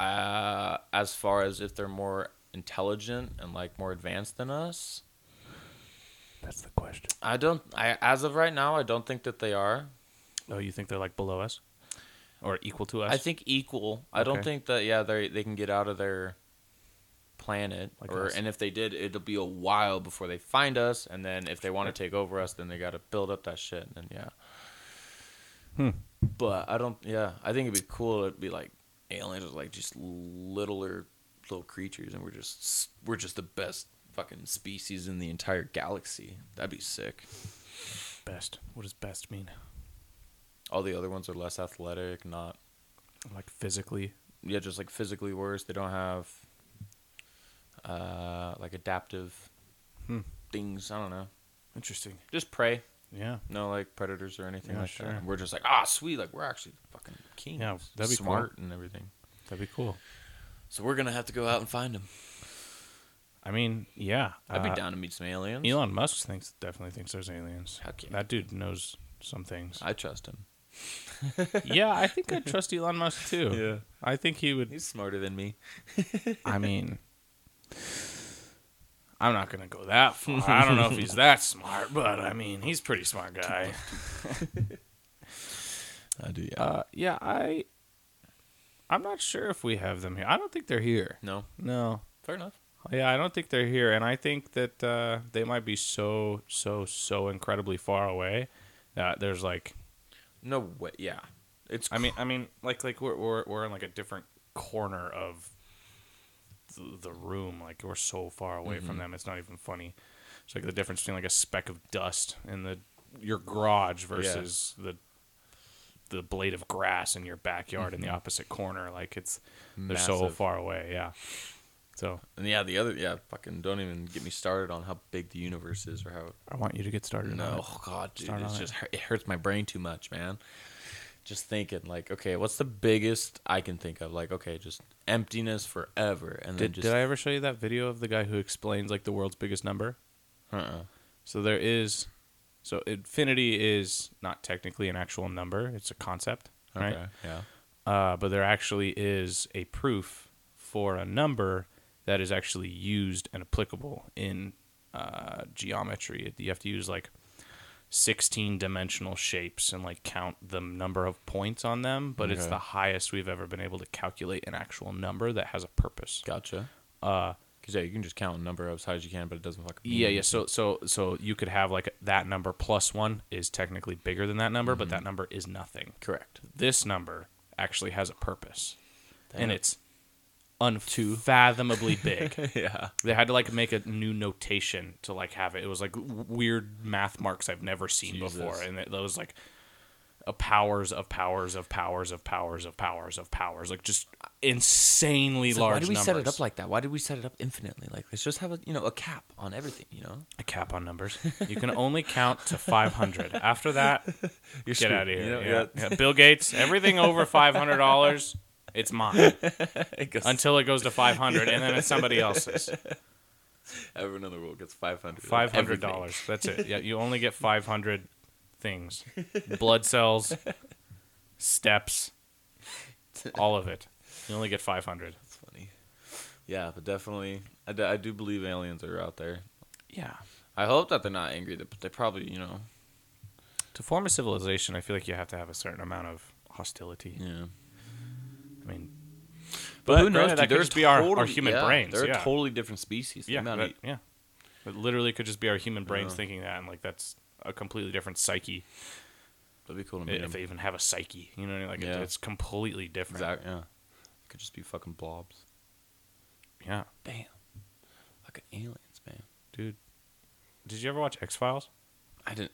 Speaker 1: Uh, as far as if they're more intelligent and like more advanced than us,
Speaker 2: That's the question.
Speaker 1: I don't. I as of right now, I don't think that they are.
Speaker 2: Oh, you think they're like below us? or equal to us?
Speaker 1: I think equal. I don't
Speaker 2: Okay.
Speaker 1: think that yeah they they can get out of their planet
Speaker 2: Like
Speaker 1: or
Speaker 2: us.
Speaker 1: and if they did it'll be a while before they find us and then if they want to take over us then they got to build up that shit and then, yeah. But I don't yeah, I think it'd be cool it'd be like aliens are like just littler little creatures and we're just we're just the best fucking species in the entire galaxy. That'd be sick.
Speaker 2: best. What does best mean?
Speaker 1: All the other ones are less athletic, not
Speaker 2: Like physically.
Speaker 1: yeah, just like physically worse. They don't have uh like adaptive
Speaker 2: Hmm.
Speaker 1: things. I don't know.
Speaker 2: Interesting.
Speaker 1: Just prey.
Speaker 2: Yeah.
Speaker 1: No like predators or anything
Speaker 2: Yeah,
Speaker 1: like
Speaker 2: sure.
Speaker 1: that. And we're just like, ah, sweet, like we're actually fucking kings.
Speaker 2: Yeah, that'd be cool.
Speaker 1: smart and everything.
Speaker 2: That'd be cool.
Speaker 1: So we're gonna have to go out and find them.
Speaker 2: I mean, yeah.
Speaker 1: I'd be
Speaker 2: uh,
Speaker 1: down to meet some aliens.
Speaker 2: Elon Musk thinks definitely thinks there's aliens.
Speaker 1: Heck yeah.
Speaker 2: That dude knows some things.
Speaker 1: I trust him.
Speaker 2: yeah, I think I trust Elon Musk too. I think he would
Speaker 1: He's smarter than me.
Speaker 2: I mean I'm not gonna go that far. I don't know if he's that smart, but I mean he's a pretty smart guy.
Speaker 1: I do, yeah.
Speaker 2: Uh, yeah, I I'm not sure if we have them here. I don't think they're here.
Speaker 1: no.
Speaker 2: No.
Speaker 1: Fair enough.
Speaker 2: Yeah, I don't think they're here, and I think that uh, they might be so, so, so incredibly far away that there's like,
Speaker 1: No way yeah. It's
Speaker 2: I mean, I mean, like, like we're we're, we're in like a different corner of the, the room. Like we're so far away
Speaker 1: Mm-hmm.
Speaker 2: from them, it's not even funny. It's like the difference between like a speck of dust in the your garage versus the the blade of grass in your backyard in the opposite corner. Like it's they're so
Speaker 1: Mm-hmm. Massive.
Speaker 2: far away. Yeah. So
Speaker 1: and yeah, the other yeah, fucking don't even get me started on how big the universe is or how
Speaker 2: I want you to get started.
Speaker 1: No, oh, God, dude,
Speaker 2: Mm-hmm.
Speaker 1: it's
Speaker 2: Start on it.
Speaker 1: just it hurts my brain too much, man. Just thinking, like, okay, what's the biggest I can think of? Like, okay, just emptiness forever, and then
Speaker 2: Did,
Speaker 1: just
Speaker 2: did I ever show you that video of the guy who explains like the world's biggest number?
Speaker 1: Uh-uh.
Speaker 2: So there is, so infinity is not technically an actual number; it's a concept, right?
Speaker 1: Okay, yeah,
Speaker 2: Uh, but there actually is a proof for a number that is actually used and applicable in uh, geometry. You have to use like sixteen-dimensional shapes and like count the number of points on them. But it's
Speaker 1: Okay.
Speaker 2: the highest we've ever been able to calculate an actual number that has a purpose.
Speaker 1: gotcha.
Speaker 2: Uh,
Speaker 1: Because yeah, you can just count a number as high as you can, but it doesn't fucking mean
Speaker 2: Yeah, yeah. So, so, so you could have like that number plus one is technically bigger than that number,
Speaker 1: Mm-hmm.
Speaker 2: but that number is nothing.
Speaker 1: correct.
Speaker 2: This number actually has a purpose,
Speaker 1: Damn.
Speaker 2: and it's unfathomably big.
Speaker 1: yeah,
Speaker 2: they had to like make a new notation to like have it. It was like w- weird math marks I've never seen before,
Speaker 1: Jesus.
Speaker 2: and it, those like a powers of powers of powers of powers of powers of powers, like just insanely large.
Speaker 1: why did we
Speaker 2: numbers.
Speaker 1: set it up like that? Why did we set it up infinitely? Like, let's just have a you know a cap on everything. You know,
Speaker 2: a cap on numbers. You can only count to 500. After that, get
Speaker 1: screwed.
Speaker 2: out of here.
Speaker 1: You know,
Speaker 2: yeah. Yeah. Bill Gates, everything over $500, it's mine
Speaker 1: I guess
Speaker 2: until it goes to 500 and then it's somebody else's.
Speaker 1: everyone in the world gets five hundred.
Speaker 2: $500. That's it. Yeah, you only get 500 things. Blood cells, steps, all of it. You only get 500.
Speaker 1: That's funny. Yeah, but definitely, I d- I do believe aliens are out there.
Speaker 2: Yeah.
Speaker 1: I hope that they're not angry. That they probably, you know,
Speaker 2: To form a civilization, I feel like you have to have a certain amount of hostility.
Speaker 1: yeah.
Speaker 2: I mean,
Speaker 1: But,
Speaker 2: who knows, dude, there could be our- our human brains,
Speaker 1: They're
Speaker 2: yeah.
Speaker 1: totally different species. The
Speaker 2: Yeah,
Speaker 1: amount
Speaker 2: that-
Speaker 1: of-
Speaker 2: yeah. It literally could just be our human brains
Speaker 1: Yeah.
Speaker 2: thinking that, and like that's a completely different psyche.
Speaker 1: that'd be cool to
Speaker 2: i-
Speaker 1: meet.
Speaker 2: If they even have a psyche, you know, what I mean? like it-
Speaker 1: Yeah.
Speaker 2: it's completely different.
Speaker 1: exactly. Yeah, could just be fucking blobs.
Speaker 2: Yeah,
Speaker 1: Bam, fucking aliens, man.
Speaker 2: dude. Did you ever watch X Files?
Speaker 1: I didn't.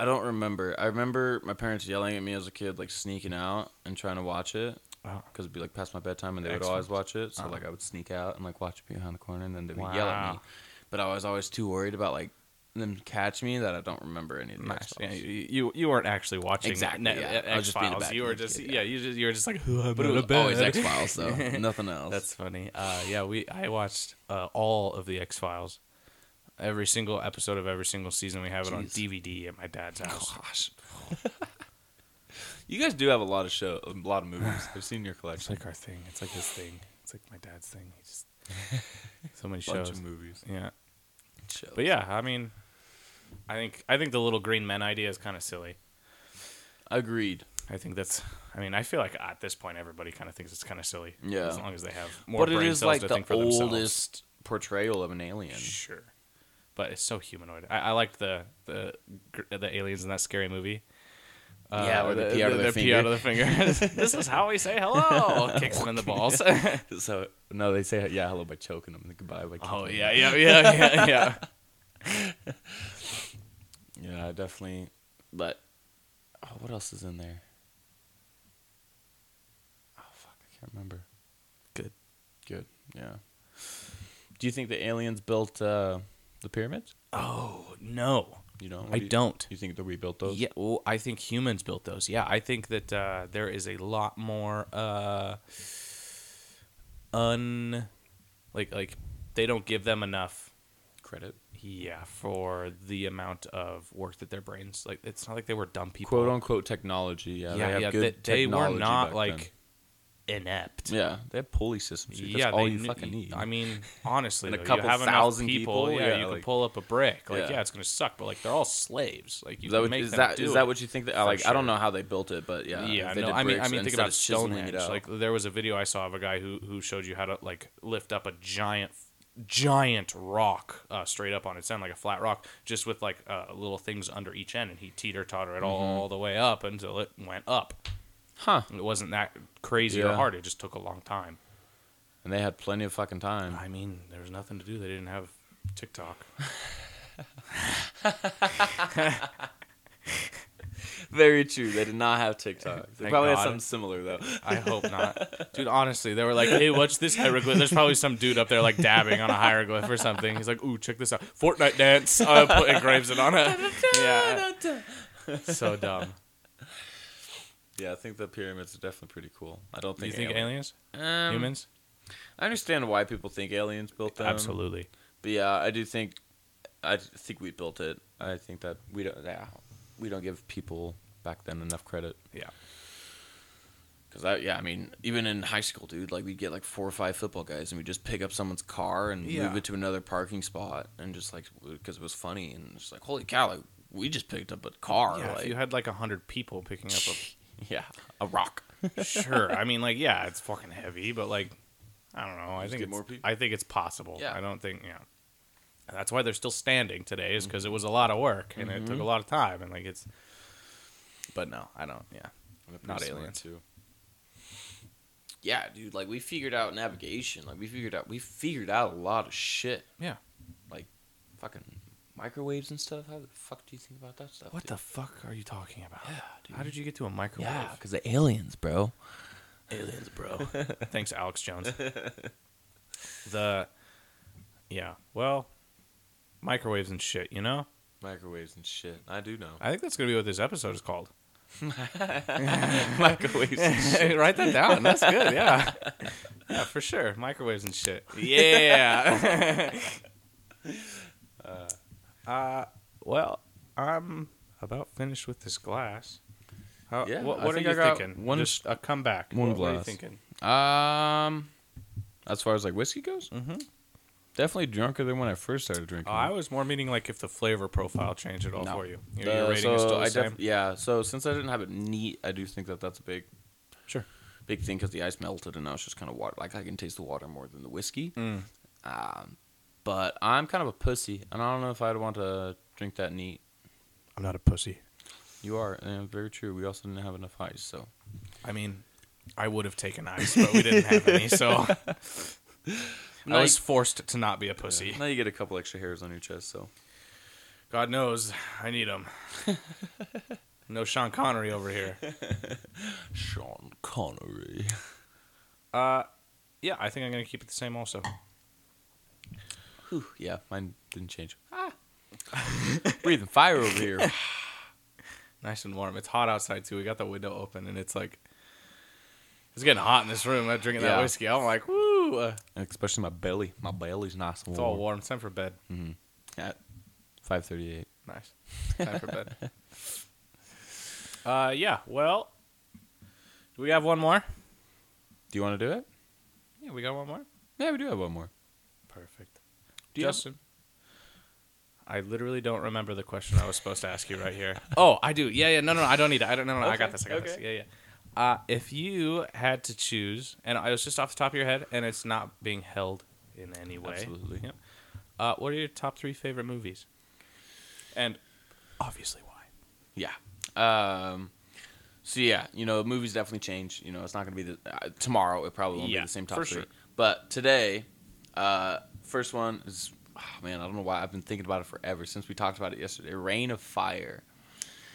Speaker 1: I don't remember. I remember my parents yelling at me as a kid, like sneaking out and trying to watch it
Speaker 2: Oh.
Speaker 1: because it'd be like past my bedtime, and they would
Speaker 2: Excellent.
Speaker 1: always watch it. So
Speaker 2: Oh.
Speaker 1: like I would sneak out and like watch it behind the corner, and then they would yell at me.
Speaker 2: Wow.
Speaker 1: But I was always too worried about like them catch me that I don't remember any of the X-Files.
Speaker 2: Yeah, you, you you weren't actually watching
Speaker 1: Exactly, yeah. I
Speaker 2: X
Speaker 1: was just being a
Speaker 2: Files.
Speaker 1: bad
Speaker 2: You were
Speaker 1: kid,
Speaker 2: just
Speaker 1: yeah.
Speaker 2: yeah. You just you were just like who I'm
Speaker 1: But it
Speaker 2: gonna
Speaker 1: was
Speaker 2: bet."
Speaker 1: always X Files though, nothing else.
Speaker 2: That's funny. Uh, yeah, we I watched uh, all of the X Files. Every single episode of every single season, we have it on
Speaker 1: Jeez.
Speaker 2: DVD at my dad's house.
Speaker 1: gosh. you guys do have a lot of show, a lot of movies. I've seen your
Speaker 2: It's
Speaker 1: collection.
Speaker 2: like our thing. It's like his thing. It's like my dad's thing. He just so many
Speaker 1: bunch
Speaker 2: shows.
Speaker 1: of movies.
Speaker 2: Yeah,
Speaker 1: Shows.
Speaker 2: but yeah, I mean, I think I think the little green men idea is kind of silly.
Speaker 1: agreed.
Speaker 2: I think that's. I mean, I feel like at this point everybody kind of thinks it's kind of silly.
Speaker 1: Yeah.
Speaker 2: As long as they have more
Speaker 1: But
Speaker 2: brain
Speaker 1: it is
Speaker 2: cells
Speaker 1: like
Speaker 2: to
Speaker 1: the
Speaker 2: think for themselves.
Speaker 1: oldest portrayal of an alien.
Speaker 2: Sure. But it's so humanoid. I, I liked the the gr- the aliens in that scary movie. Uh,
Speaker 1: Yeah, where they pee out of their
Speaker 2: they pee out of their finger. this is how we say hello. Kicks them in the balls. oh
Speaker 1: So no, they say yeah, hello by choking them, and goodbye by. kicking 'em.
Speaker 2: Oh, yeah, yeah, yeah, yeah, yeah.
Speaker 1: Yeah, definitely. But oh, what else is in there? Oh fuck, I can't remember.
Speaker 2: Good.
Speaker 1: Good. Yeah. Do you think the aliens built uh, the pyramids?
Speaker 2: Oh no,
Speaker 1: You know,
Speaker 2: I
Speaker 1: do you,
Speaker 2: don't.
Speaker 1: You think they rebuilt those?
Speaker 2: Yeah, well, I think humans built those. Yeah, I think that uh, there is a lot more uh, un, like like they don't give them enough
Speaker 1: Credit.
Speaker 2: Yeah, for the amount of work that their brains like, it's not like they were dumb people.
Speaker 1: Quote unquote technology. Yeah,
Speaker 2: yeah,
Speaker 1: they have
Speaker 2: yeah,
Speaker 1: good
Speaker 2: they, they were
Speaker 1: technology
Speaker 2: not
Speaker 1: back
Speaker 2: like inept.
Speaker 1: then. Yeah, they have pulley systems. Dude. That's
Speaker 2: yeah,
Speaker 1: all
Speaker 2: they
Speaker 1: you
Speaker 2: kn-
Speaker 1: fucking need.
Speaker 2: I mean, honestly,
Speaker 1: And a
Speaker 2: though,
Speaker 1: couple
Speaker 2: you have
Speaker 1: thousand
Speaker 2: enough people.
Speaker 1: people,
Speaker 2: yeah,
Speaker 1: yeah,
Speaker 2: you can
Speaker 1: like-
Speaker 2: pull up a brick. Like,
Speaker 1: Yeah.
Speaker 2: yeah, it's gonna suck, but like they're all slaves. Like, you
Speaker 1: is that
Speaker 2: can
Speaker 1: what,
Speaker 2: make
Speaker 1: is
Speaker 2: them
Speaker 1: that,
Speaker 2: do
Speaker 1: is
Speaker 2: it.
Speaker 1: that what you think? That,
Speaker 2: for
Speaker 1: like, I
Speaker 2: sure.
Speaker 1: don't know how they built it, but yeah,
Speaker 2: Yeah,
Speaker 1: if they
Speaker 2: no,
Speaker 1: did
Speaker 2: I mean, I
Speaker 1: bricks
Speaker 2: mean, think
Speaker 1: instead
Speaker 2: about
Speaker 1: of chiseling
Speaker 2: Stonehenge.
Speaker 1: It out.
Speaker 2: Like, there was a video I saw of a guy who who showed you how to like lift up a giant, giant rock uh, straight up on its end, like a flat rock, just with like uh, little things under each end, and he teeter totter it
Speaker 1: Mm-hmm.
Speaker 2: all the way up until it went up.
Speaker 1: huh?
Speaker 2: It wasn't that crazy or
Speaker 1: Yeah.
Speaker 2: hard. It just took a long time.
Speaker 1: And they had plenty of fucking time.
Speaker 2: I mean, there was nothing to do. They didn't have TikTok.
Speaker 1: Very true. They did not have TikTok. They
Speaker 2: Thank
Speaker 1: probably
Speaker 2: God.
Speaker 1: had something similar though.
Speaker 2: I hope not, dude. Honestly, they were like, "Hey, watch this hieroglyph." There's probably some dude up there like dabbing on a hieroglyph or something. He's like, "Ooh, check this out, Fortnite dance." Uh, put, engraves it on it. Yeah, so dumb.
Speaker 1: Yeah, I think the pyramids are definitely pretty cool. I don't
Speaker 2: Do you
Speaker 1: think
Speaker 2: think
Speaker 1: alien-
Speaker 2: aliens,
Speaker 1: Um,
Speaker 2: humans?
Speaker 1: I understand why people think aliens built them.
Speaker 2: Absolutely.
Speaker 1: But yeah, I do think I think we built it. I think that we don't yeah, we don't give people back then enough credit.
Speaker 2: Yeah.
Speaker 1: Cause I yeah I mean even in high school dude like we'd get like four or five football guys and we would just pick up someone's car and
Speaker 2: Yeah.
Speaker 1: move it to another parking spot and just like because it was funny and it's like holy cow like we just picked up a car
Speaker 2: yeah
Speaker 1: like
Speaker 2: if you had like a hundred people picking up
Speaker 1: yeah a rock
Speaker 2: a sure. I mean, like, yeah, it's fucking heavy, but like, I don't know. I
Speaker 1: Just
Speaker 2: think
Speaker 1: get
Speaker 2: it's,
Speaker 1: more people.
Speaker 2: I think it's possible.
Speaker 1: Yeah.
Speaker 2: I don't think yeah. That's why they're still standing today,
Speaker 1: Mm-hmm.
Speaker 2: is because it was a lot of work and it took a lot of time and like it's. But no, I don't. Yeah. Not aliens.
Speaker 1: too. Yeah, dude. Like we figured out navigation. Like we figured out we figured out a lot of shit.
Speaker 2: Yeah.
Speaker 1: Like fucking microwaves and stuff. How the fuck do you think about that stuff?
Speaker 2: What
Speaker 1: dude?
Speaker 2: the fuck are you talking about?
Speaker 1: Yeah, dude.
Speaker 2: How did you get to a microwave?
Speaker 1: Yeah, because the aliens, bro. Aliens, bro.
Speaker 2: Thanks, Alex Jones. the, yeah. Well, microwaves and shit. You know,
Speaker 1: microwaves and shit. I do know.
Speaker 2: I think that's gonna be what this episode is called.
Speaker 1: microwaves and shit.
Speaker 2: Write that down. That's good. Yeah. Yeah, for sure. Microwaves and shit. Yeah. uh, well, I'm about finished with this glass. How,
Speaker 1: Yeah,
Speaker 2: what
Speaker 1: I
Speaker 2: what are
Speaker 1: think
Speaker 2: you
Speaker 1: I got
Speaker 2: thinking?
Speaker 1: one-
Speaker 2: Just a comeback.
Speaker 1: one
Speaker 2: what, What are you
Speaker 1: glass.
Speaker 2: thinking?
Speaker 1: Um, as far as like whiskey goes,
Speaker 2: Mhm.
Speaker 1: definitely drunker than when I first started drinking.
Speaker 2: Oh, I was more meaning like if the flavor profile changed at all
Speaker 1: No.
Speaker 2: for you. Your,
Speaker 1: Uh,
Speaker 2: your rating is still the
Speaker 1: I
Speaker 2: same.
Speaker 1: def- yeah. So since I didn't have it neat, I do think that that's a big
Speaker 2: sure.
Speaker 1: big thing because the ice melted and now it's just kind of water. Like I can taste the water more than the whiskey.
Speaker 2: Mm.
Speaker 1: Um, but I'm kind of a pussy, and I don't know if I'd want to drink that neat.
Speaker 2: I'm not a pussy.
Speaker 1: You are, and very true. We also didn't have enough ice, so
Speaker 2: I mean, I would have taken ice, but we didn't have any, so I
Speaker 1: Now
Speaker 2: was
Speaker 1: you-
Speaker 2: forced to not be a pussy.
Speaker 1: now you get a couple extra hairs on your chest. So
Speaker 2: God knows I need them. no Sean Connery over here.
Speaker 1: Sean Connery.
Speaker 2: Uh, yeah, I think I'm gonna keep it the same. Also,
Speaker 1: Whew, yeah, mine didn't change. Ah. Breathing fire over here.
Speaker 2: nice and warm. It's hot outside too. We got the window open, and it's like it's getting hot in this room. I'm drinking that
Speaker 1: Yeah.
Speaker 2: whiskey. I'm like, woo! Uh,
Speaker 1: Especially my belly. My belly's nice and
Speaker 2: it's all
Speaker 1: warm. Hmm.
Speaker 2: warm. It's time for bed.
Speaker 1: At 5:38.
Speaker 2: Nice. Time for bed. Uh, yeah. Well, do we have one more?
Speaker 1: Do you want to do it?
Speaker 2: Yeah, we got one more.
Speaker 1: Yeah, we do have one more.
Speaker 2: Perfect.
Speaker 1: Do you have-
Speaker 2: Justin, I literally don't remember the question I was supposed to ask you right here. Oh, I do. Yeah, yeah. No, no, no I don't need it. I don't. No, no, no I got
Speaker 1: Okay,
Speaker 2: this. I got this.
Speaker 1: okay.
Speaker 2: Yeah, yeah. Uh, if you had to choose, and I was just off the top of your head, and it's not being held in any way.
Speaker 1: Absolutely.
Speaker 2: Yep. Uh, what are your top three favorite movies? And obviously, why?
Speaker 1: Yeah. Um, so yeah, you know, movies definitely change. You know, it's not going to be the uh, tomorrow. It probably won't
Speaker 2: Yeah,
Speaker 1: be the same top
Speaker 2: for
Speaker 1: three.
Speaker 2: sure.
Speaker 1: But today, uh, first one is oh, man. I don't know why I've been thinking about it forever since we talked about it yesterday. Rain of Fire.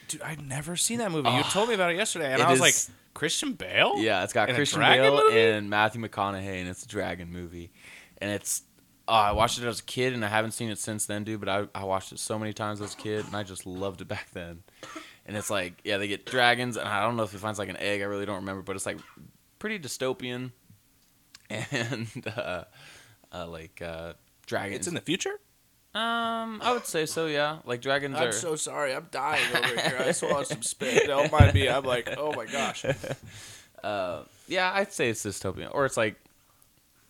Speaker 2: Dude, I've never seen that movie. you
Speaker 1: Ah.
Speaker 2: told me about it yesterday, and
Speaker 1: It
Speaker 2: I was
Speaker 1: is-
Speaker 2: like, Christian Bale?
Speaker 1: Yeah, it's got
Speaker 2: In a
Speaker 1: Christian
Speaker 2: dragon
Speaker 1: Bale
Speaker 2: movie?
Speaker 1: and Matthew McConaughey, and it's a dragon movie. And it's oh, I watched it as a kid, and I haven't seen it since then, dude. But I, I watched it so many times as a kid, and I just loved it back then. And it's like, yeah, they get dragons, and I don't know if he finds like an egg. I really don't remember, but it's like pretty dystopian, and uh, uh, like uh, dragons.
Speaker 2: It's in the future.
Speaker 1: um, I would say so. Yeah, like dragons are.
Speaker 2: sorry. I'm dying over here. I swallowed some spit. Don't mind me. I'm like, oh my gosh.
Speaker 1: uh, yeah, I'd say it's dystopian, or it's like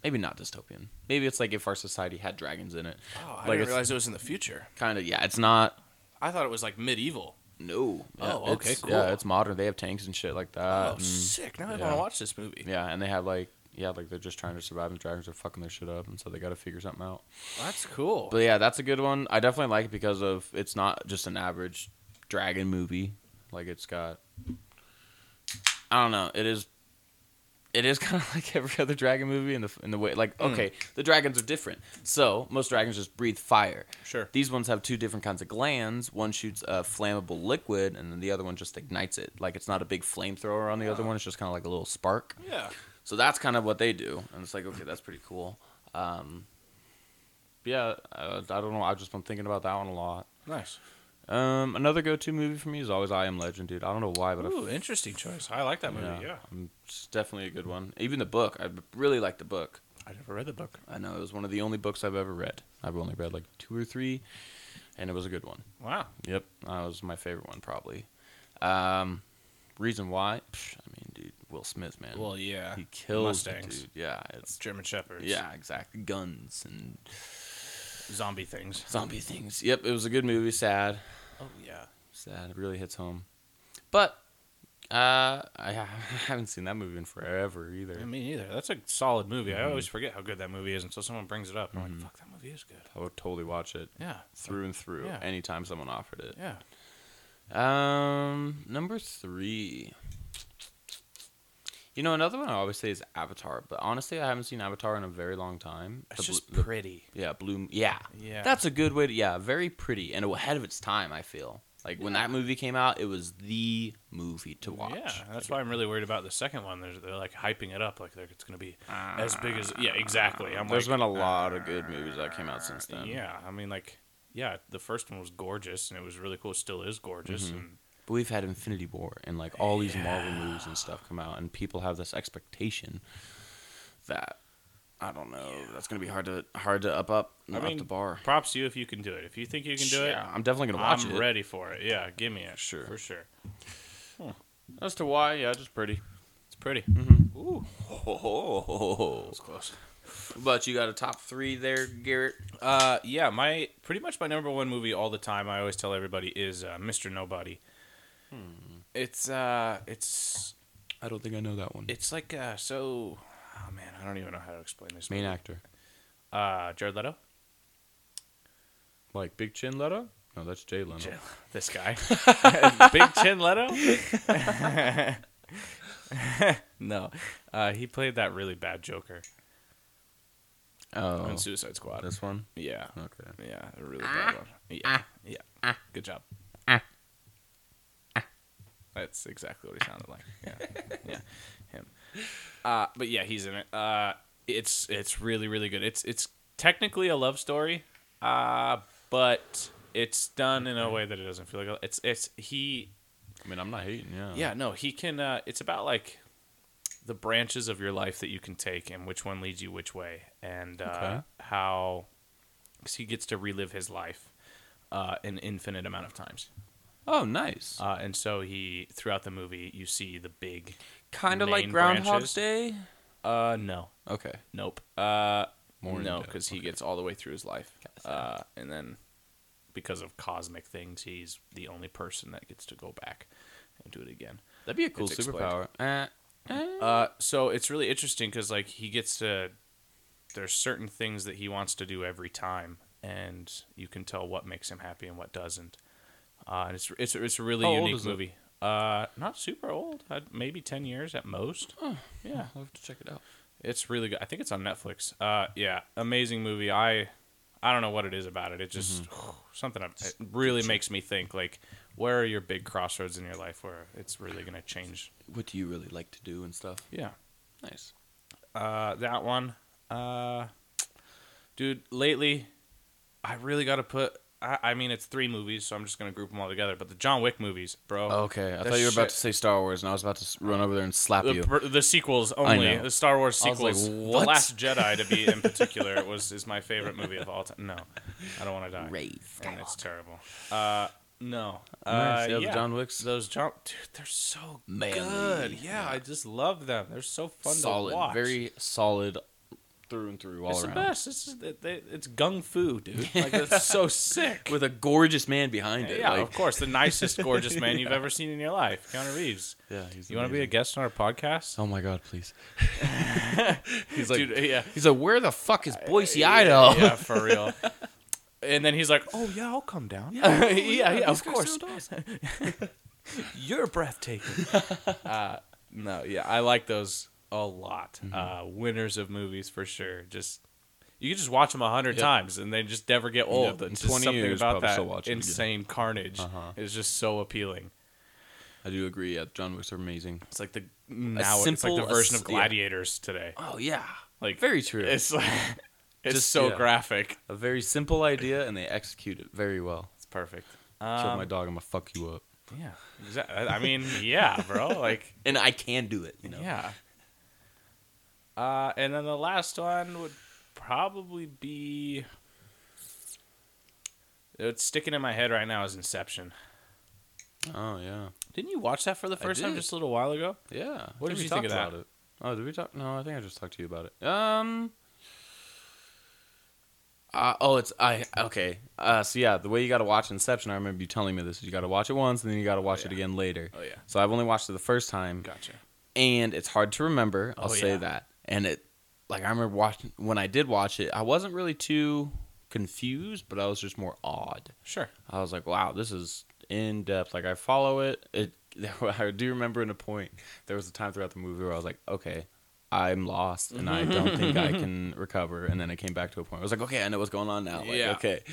Speaker 1: maybe not dystopian. Maybe it's like if our society had dragons in it.
Speaker 2: Oh,
Speaker 1: Like it's-
Speaker 2: it was in the future.
Speaker 1: Kind of, yeah. It's not.
Speaker 2: I thought it was like medieval.
Speaker 1: No. Yeah,
Speaker 2: Oh, okay,
Speaker 1: it's-
Speaker 2: cool.
Speaker 1: Yeah, it's modern. They have tanks and shit like that.
Speaker 2: oh,
Speaker 1: and-
Speaker 2: sick! Now
Speaker 1: Uh,
Speaker 2: I
Speaker 1: mm, yeah.
Speaker 2: want to watch this movie.
Speaker 1: yeah, and they have like yeah, like they're just trying to survive, and the dragons are fucking their shit up, and so they got to figure something out.
Speaker 2: That's cool.
Speaker 1: But yeah, that's a good one. I definitely like it because of it's not just an average dragon movie. Like it's got, I don't know. It is, it is kind of like every other dragon movie in the in the way. Like
Speaker 2: Hmm.
Speaker 1: okay, the dragons are different. So most dragons just breathe fire.
Speaker 2: Sure.
Speaker 1: These ones have two different kinds of glands. One shoots a flammable liquid, and then the other one just ignites it. Like it's not a big flamethrower on the other one. It's just kind of like a little spark.
Speaker 2: yeah,
Speaker 1: So that's kind of what they do, and it's like, okay, that's pretty cool. Um, but yeah, uh, I don't know. I've just been thinking about that one a lot.
Speaker 2: nice.
Speaker 1: Um, another go-to movie for me is always I Am Legend, dude. I don't know why, but I
Speaker 2: Ooh, interesting choice. I like that movie. Yeah.
Speaker 1: um, it's definitely a good one. Even the book, I really like the book.
Speaker 2: I never read the book.
Speaker 1: I know it was one of the only books I've ever read. I've only read like two or three, and it was a good one.
Speaker 2: Wow.
Speaker 1: Yep, that was my favorite one probably. Um, reason why? Psh, I mean, dude, Will Smith, man.
Speaker 2: Well, yeah.
Speaker 1: he kills, it,
Speaker 2: Mustangs.
Speaker 1: dude. Yeah, it's
Speaker 2: German shepherds.
Speaker 1: Yeah, exactly. Guns and
Speaker 2: Zombie things.
Speaker 1: zombie things. Yep, it was a good movie. Sad,
Speaker 2: Oh yeah.
Speaker 1: sad. It really hits home. But uh, I ha- haven't seen that movie in forever either.
Speaker 2: I mean, either. That's a solid movie. I
Speaker 1: Mm-hmm.
Speaker 2: always forget how good that movie is until someone brings it up. I'm like, fuck, that movie is good.
Speaker 1: I would totally watch it
Speaker 2: Yeah.
Speaker 1: through and through
Speaker 2: Yeah.
Speaker 1: anytime someone offered it.
Speaker 2: Yeah.
Speaker 1: Um, number three. You know, another one I always say is Avatar, but honestly, I haven't seen Avatar in a very long time.
Speaker 2: It's
Speaker 1: The
Speaker 2: just
Speaker 1: bl- the-
Speaker 2: pretty.
Speaker 1: yeah, blue. Yeah,
Speaker 2: Yeah.
Speaker 1: That's a good way to yeah, very pretty and ahead of its time. I feel like when that movie came out, it was the movie to watch.
Speaker 2: Yeah, that's why I'm really worried about the second one. They're, they're like hyping it up, like they're, it's going to be as big as. Yeah, exactly. I'm
Speaker 1: Ah, There's
Speaker 2: like, uh,
Speaker 1: been a lot of good movies that came out since then.
Speaker 2: Yeah, I mean, like, yeah, the first one was gorgeous, and it was really cool. It Still is gorgeous,
Speaker 1: Mm-hmm.
Speaker 2: and
Speaker 1: but we've had Infinity War and like all these Marvel movies and stuff come out, and people have this expectation that I don't know that's gonna be hard to hard to up up
Speaker 2: I
Speaker 1: up
Speaker 2: mean,
Speaker 1: the bar.
Speaker 2: props to you if you can do it. If you think you can do
Speaker 1: Yeah,
Speaker 2: it,
Speaker 1: I'm definitely gonna watch
Speaker 2: I'm
Speaker 1: it.
Speaker 2: ready for it. Yeah, give me it.
Speaker 1: Sure.
Speaker 2: for sure.
Speaker 1: As to why, yeah, just pretty. Mm-hmm.
Speaker 2: It's pretty. Ooh,
Speaker 1: Oh,
Speaker 2: it's close.
Speaker 1: but you got a top three there, Garrett.
Speaker 2: Uh, yeah, my pretty much my number one movie all the time. I always tell everybody is uh, Mr. Nobody. It's uh, it's
Speaker 1: I don't think I know that one.
Speaker 2: it's like uh, so. Oh man, I don't even know how to explain this.
Speaker 1: Main
Speaker 2: movie.
Speaker 1: actor.
Speaker 2: Uh, Jared Leto.
Speaker 1: Like Big Chin Leto? No, that's Jay Leno.
Speaker 2: Jay- this guy, Big Chin Leto. no, uh, he played that really bad Joker
Speaker 1: Oh,
Speaker 2: in Suicide Squad.
Speaker 1: this one.
Speaker 2: yeah,
Speaker 1: Okay.
Speaker 2: yeah, a really bad one. Yeah, yeah. Good job. That's exactly what he sounded like. Yeah, yeah, him. Uh, but yeah, he's in it. Uh, it's it's really really good. It's it's technically a love story, uh, but it's done in a way that it doesn't feel like a, it's it's he
Speaker 1: I mean, I'm not hating. Yeah.
Speaker 2: yeah no he can uh, it's about like the branches of your life that you can take and which one leads you which way and uh,
Speaker 1: Okay.
Speaker 2: how cause he gets to relive his life uh, an infinite amount of times
Speaker 1: Oh, nice.
Speaker 2: uh, and so he throughout the movie you see the big
Speaker 1: kind of
Speaker 2: main
Speaker 1: like Groundhog's Day.
Speaker 2: branches. uh no
Speaker 1: Okay.
Speaker 2: nope uh
Speaker 1: More
Speaker 2: no
Speaker 1: in-depth,
Speaker 2: because he
Speaker 1: okay.
Speaker 2: gets all the way through his life
Speaker 1: Gotcha.
Speaker 2: uh, and then because of cosmic things, he's the only person that gets to go back and do it again.
Speaker 1: That'd be a cool
Speaker 2: It's explained.
Speaker 1: superpower. Eh,
Speaker 2: Uh, so it's really interesting because like he gets to there's certain things that he wants to do every time, and you can tell what makes him happy and what doesn't. Uh, and it's it's it's a really
Speaker 1: How old
Speaker 2: unique
Speaker 1: is it?
Speaker 2: movie. Uh, not super old, uh, maybe ten years at most. yeah,
Speaker 1: I'll have to check it out.
Speaker 2: it's really good. I think it's on Netflix. Uh, yeah, amazing movie. I I don't know what it is about it. It just
Speaker 1: Mm-hmm.
Speaker 2: something ab- it really makes me think like where are your big crossroads in your life where it's really going to change.
Speaker 1: What do you really like to do and stuff?
Speaker 2: Yeah.
Speaker 1: Nice.
Speaker 2: Uh, that one. Uh, dude, lately I really got to put I, I mean it's three movies, so I'm just going to group them all together, but the John Wick movies, bro.
Speaker 1: Okay, I
Speaker 2: That
Speaker 1: thought you were about
Speaker 2: shit-
Speaker 1: to say Star Wars, and I was about to s- run over there and slap
Speaker 2: the,
Speaker 1: you.
Speaker 2: per- the sequels only,
Speaker 1: know.
Speaker 2: the Star Wars
Speaker 1: I was like,
Speaker 2: sequels.
Speaker 1: "What?"
Speaker 2: The Last Jedi, to be in particular, was is my favorite movie of all time. No, I don't want to die. and it's terrible. Uh, no,
Speaker 1: Nice,
Speaker 2: Uh,
Speaker 1: yeah, the John Wicks.
Speaker 2: Those John, dude, they're so
Speaker 1: Manly,
Speaker 2: good. Yeah,
Speaker 1: yeah.
Speaker 2: I just love them. They're so fun to
Speaker 1: solid,
Speaker 2: watch.
Speaker 1: very solid, through and through, all
Speaker 2: it's
Speaker 1: around.
Speaker 2: the best. It's just, it, it, it's gung fu, dude. Like it's so sick.
Speaker 1: With a gorgeous man behind it.
Speaker 2: yeah,
Speaker 1: like-
Speaker 2: of course, the nicest, gorgeous man you've ever seen in your life, Keanu Reeves.
Speaker 1: Yeah, he's
Speaker 2: You want to be a
Speaker 1: amazing.
Speaker 2: guest on our podcast?
Speaker 1: Oh my god, please. he's like,
Speaker 2: Dude, yeah.
Speaker 1: he's like, where the fuck is Boise,
Speaker 2: Yeah,
Speaker 1: Idaho?
Speaker 2: Yeah, for real. And then he's like, "Oh yeah, I'll come down. Oh, Yeah, yeah, of course. You're breathtaking." uh, no, yeah, I like those a lot.
Speaker 1: Mm-hmm.
Speaker 2: Uh, winners of movies for sure. Just you can just watch them a hundred
Speaker 1: Yep.
Speaker 2: times and they just never get
Speaker 1: Yep.
Speaker 2: old.
Speaker 1: In 20
Speaker 2: That's just something
Speaker 1: years,
Speaker 2: about
Speaker 1: probably
Speaker 2: that
Speaker 1: still watching it, yeah.
Speaker 2: insane carnage
Speaker 1: Uh-huh.
Speaker 2: is just so appealing.
Speaker 1: I do agree. Yeah, John Wicks are amazing.
Speaker 2: It's like the now it's like
Speaker 1: simple-
Speaker 2: the
Speaker 1: a
Speaker 2: version
Speaker 1: s-
Speaker 2: of
Speaker 1: yeah.
Speaker 2: gladiators today.
Speaker 1: Oh yeah,
Speaker 2: Like
Speaker 1: very true.
Speaker 2: It's like it's
Speaker 1: Just-
Speaker 2: so
Speaker 1: yeah.
Speaker 2: graphic.
Speaker 1: a very simple idea, and they execute it very well.
Speaker 2: It's perfect.
Speaker 1: Kill
Speaker 2: Um,
Speaker 1: my dog, I'm gonna fuck you up.
Speaker 2: Yeah, exactly. I mean, yeah, bro. Like,
Speaker 1: And I can do it. You know.
Speaker 2: yeah. Uh, and then the last one would probably be. It's sticking in my head right now is Inception.
Speaker 1: Oh yeah.
Speaker 2: Didn't you watch that for the
Speaker 1: I
Speaker 2: first time
Speaker 1: did.
Speaker 2: just a little while ago?
Speaker 1: Yeah.
Speaker 2: What
Speaker 1: I
Speaker 2: did
Speaker 1: we
Speaker 2: you think
Speaker 1: talked
Speaker 2: of that?
Speaker 1: About it. Oh, did we talk? No, I think I just talked to you about it. Um. Uh, oh, it's I okay. Uh, so yeah, the way you got to watch Inception, I remember you telling me this is you got to watch it once and then you got to watch it
Speaker 2: yeah.
Speaker 1: again later.
Speaker 2: Oh, yeah.
Speaker 1: So I've only watched it the first time,
Speaker 2: Gotcha.
Speaker 1: and it's hard to remember. I'll
Speaker 2: Oh,
Speaker 1: say
Speaker 2: yeah.
Speaker 1: that. And it, like I remember watching when I did watch it, I wasn't really too confused, but I was just more awed.
Speaker 2: Sure.
Speaker 1: I was like, wow, this is in depth. Like I follow it. It. I do remember in a point there was a time throughout the movie where I was like, okay, I'm lost and I don't think
Speaker 2: Mm-hmm.
Speaker 1: I can recover. And then I came back to a point. Where I was like, okay, I know what's going on now. Like,
Speaker 2: Yeah.
Speaker 1: Okay.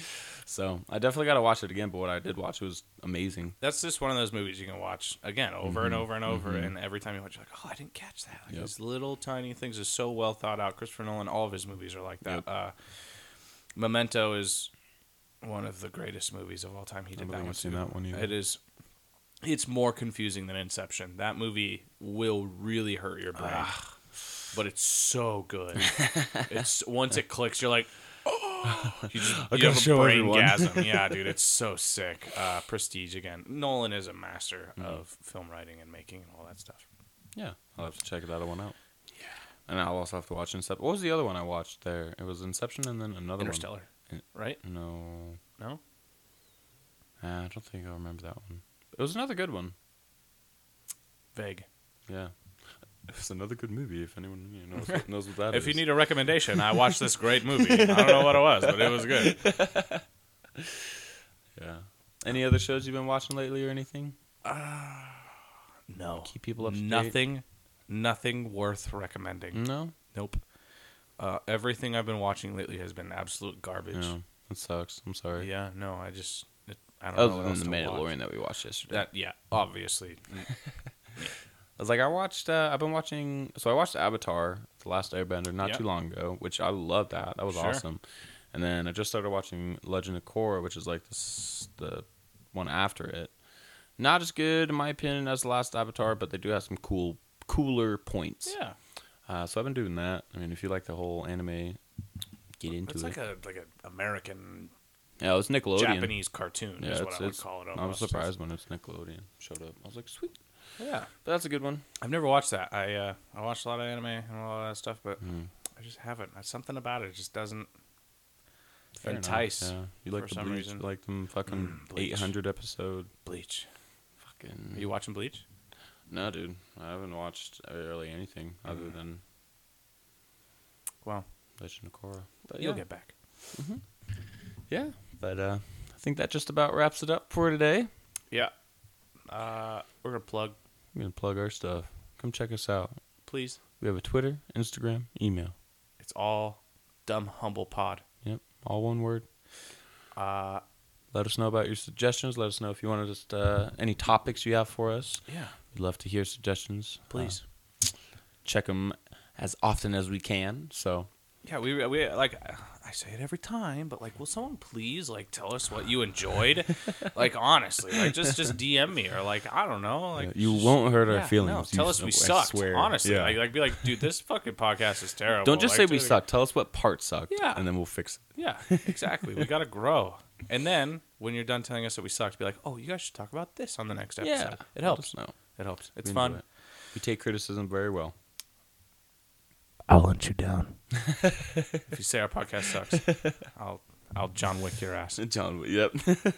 Speaker 1: So I definitely got to watch it again. But what I did watch was amazing.
Speaker 2: That's just one of those movies you can watch again over and over and over, and every time you watch, you're like, "Oh, I didn't catch that." Like
Speaker 1: Mm-hmm. Yep.
Speaker 2: these little tiny things are so well thought out. Christopher Nolan, all of his movies are like that.
Speaker 1: Yep.
Speaker 2: Uh, Memento is one of the greatest movies of all time. He
Speaker 1: don't
Speaker 2: did that
Speaker 1: think
Speaker 2: one
Speaker 1: I've seen
Speaker 2: too.
Speaker 1: that one either.
Speaker 2: It is. It's more confusing than Inception. That movie will really hurt your brain,
Speaker 1: Ah.
Speaker 2: but it's so good. it's once it clicks, you're like, you just
Speaker 1: gotta
Speaker 2: you have a
Speaker 1: oh, show
Speaker 2: brain
Speaker 1: everyone.
Speaker 2: gasm. Yeah, dude, it's so sick. Uh, Prestige again. Nolan is a master
Speaker 1: Hmm.
Speaker 2: of film writing and making and all that stuff.
Speaker 1: Yeah. I'll have to check that one out. Yeah. And I'll also have to watch Inception. What was the other one I watched there? It was Inception and then another
Speaker 2: Interstellar,
Speaker 1: one.
Speaker 2: right?
Speaker 1: No.
Speaker 2: No,
Speaker 1: Ah, I don't think I remember that one. It was another good one.
Speaker 2: vague.
Speaker 1: Yeah. It's another good movie if anyone you know, knows, what- knows what that is.
Speaker 2: If you need a recommendation, I watched this great movie. I don't know what it was, but it was good.
Speaker 1: Yeah. Any other shows you've been watching lately or anything?
Speaker 2: Uh, No,
Speaker 1: Keep people up to date? Mm.
Speaker 2: Nothing, nothing worth recommending.
Speaker 1: No?
Speaker 2: Nope. Uh, everything I've been watching lately has been absolute garbage.
Speaker 1: No. That sucks. I'm sorry.
Speaker 2: Yeah, no, I just it, I don't know.
Speaker 1: Other
Speaker 2: what
Speaker 1: than The
Speaker 2: else to watch.
Speaker 1: Mandalorian that we watched yesterday.
Speaker 2: That yeah, obviously.
Speaker 1: I was like, I watched, uh, I've been watching, so I watched Avatar, The Last Airbender, not
Speaker 2: Yeah.
Speaker 1: too long ago, which I love that. That was
Speaker 2: Sure.
Speaker 1: awesome. And then I just started watching Legend of Korra, which is like this, the one after it. Not as good, in my opinion, as The Last Avatar, but they do have some cool, cooler points.
Speaker 2: Yeah.
Speaker 1: Uh, so I've been doing that. I mean, if you like the whole anime, get into
Speaker 2: It's
Speaker 1: it.
Speaker 2: like a like a American
Speaker 1: yeah, it was Nickelodeon.
Speaker 2: Japanese cartoon
Speaker 1: yeah,
Speaker 2: is what
Speaker 1: it's-
Speaker 2: I would
Speaker 1: it's-
Speaker 2: call it. Almost.
Speaker 1: I was surprised when it's Nickelodeon showed up. I was like, sweet.
Speaker 2: Yeah,
Speaker 1: But that's a good one.
Speaker 2: I've never watched that. I uh, I watched a lot of
Speaker 1: Mm.
Speaker 2: Hmm. anime and all that stuff, but I just haven't. Something about it just doesn't.
Speaker 3: Fair enough, Entice,
Speaker 1: Yeah. You like
Speaker 2: for
Speaker 1: the
Speaker 2: some
Speaker 1: Bleach?
Speaker 2: reason.
Speaker 1: You like them fucking
Speaker 3: Mm, Bleach.
Speaker 1: eight hundred episode
Speaker 2: Bleach.
Speaker 1: fucking.
Speaker 2: Are you watching Bleach?
Speaker 1: no, dude. I haven't watched really anything other than
Speaker 2: Well,
Speaker 1: Legend of Korra. But
Speaker 2: you'll
Speaker 1: yeah.
Speaker 2: get back.
Speaker 1: Yeah, but uh, I think that just about wraps it up for today.
Speaker 2: Yeah. Uh, we're gonna plug,
Speaker 1: We're gonna plug our stuff. Come check us out.
Speaker 2: please.
Speaker 1: We have a Twitter, Instagram, email.
Speaker 2: It's all dumb humble pod.
Speaker 1: Yep, all one word.
Speaker 2: Uh,
Speaker 1: Let us know about your suggestions. Let us know if you want to just uh, any topics you have for us.
Speaker 2: yeah,
Speaker 1: We'd love to hear suggestions.
Speaker 2: please.
Speaker 1: Uh, check them as often as we can. So
Speaker 2: yeah, we we like I say it every time, but like, will someone please like tell us what you enjoyed? like honestly, like just just DM me or like I don't know, like
Speaker 1: uh, you won't hurt
Speaker 2: yeah,
Speaker 1: our feelings.
Speaker 2: No, tell
Speaker 1: You
Speaker 2: us we
Speaker 1: s- I
Speaker 2: sucked.
Speaker 1: swear.
Speaker 2: Honestly,
Speaker 1: Yeah.
Speaker 2: like, like be like, dude, this fucking podcast is terrible.
Speaker 1: don't just say
Speaker 2: Like,
Speaker 1: we
Speaker 2: dude,
Speaker 1: suck. Tell us what part sucked.
Speaker 2: Yeah.
Speaker 1: and then we'll fix it.
Speaker 2: Yeah, exactly. we gotta grow. And then when you're done telling us that we sucked, be like, oh, you guys should talk about this on the next episode.
Speaker 1: Yeah,
Speaker 2: it helps.
Speaker 1: No,
Speaker 2: It helps. It's
Speaker 1: we enjoy
Speaker 2: fun.
Speaker 1: it. We take criticism very well.
Speaker 2: I'll hunt you down. if you say our podcast sucks, I'll I'll John Wick your ass.
Speaker 1: John, yep. but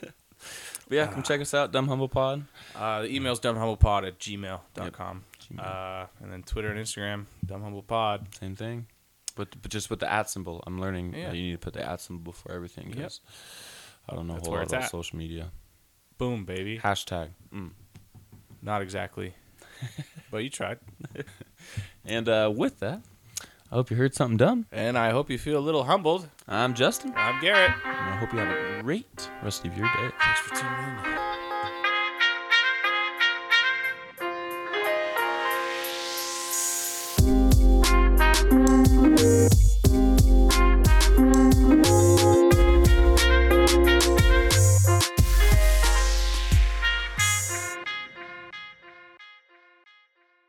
Speaker 1: yeah, come check us out, Dumb Humble Pod.
Speaker 2: Uh, the email's dumbhumblepod at gmail.com.
Speaker 1: Yep.
Speaker 2: Uh, and then Twitter and Instagram, dumbhumblepod.
Speaker 1: Same thing, but, but just with the at symbol. I'm learning uh,
Speaker 2: Yeah.
Speaker 1: you need to put the at symbol before everything.
Speaker 2: Yep.
Speaker 1: 'cause I don't know a
Speaker 2: That's
Speaker 1: whole
Speaker 2: where
Speaker 1: lot
Speaker 2: it's
Speaker 1: about
Speaker 2: at.
Speaker 1: social media.
Speaker 2: Boom, baby.
Speaker 1: Hashtag. Mm.
Speaker 2: Not exactly. but you tried.
Speaker 1: And uh, with that, I hope you heard something dumb.
Speaker 2: And I hope you feel a little humbled.
Speaker 1: I'm Justin.
Speaker 2: I'm Garrett.
Speaker 1: And I hope you have a great rest of your day.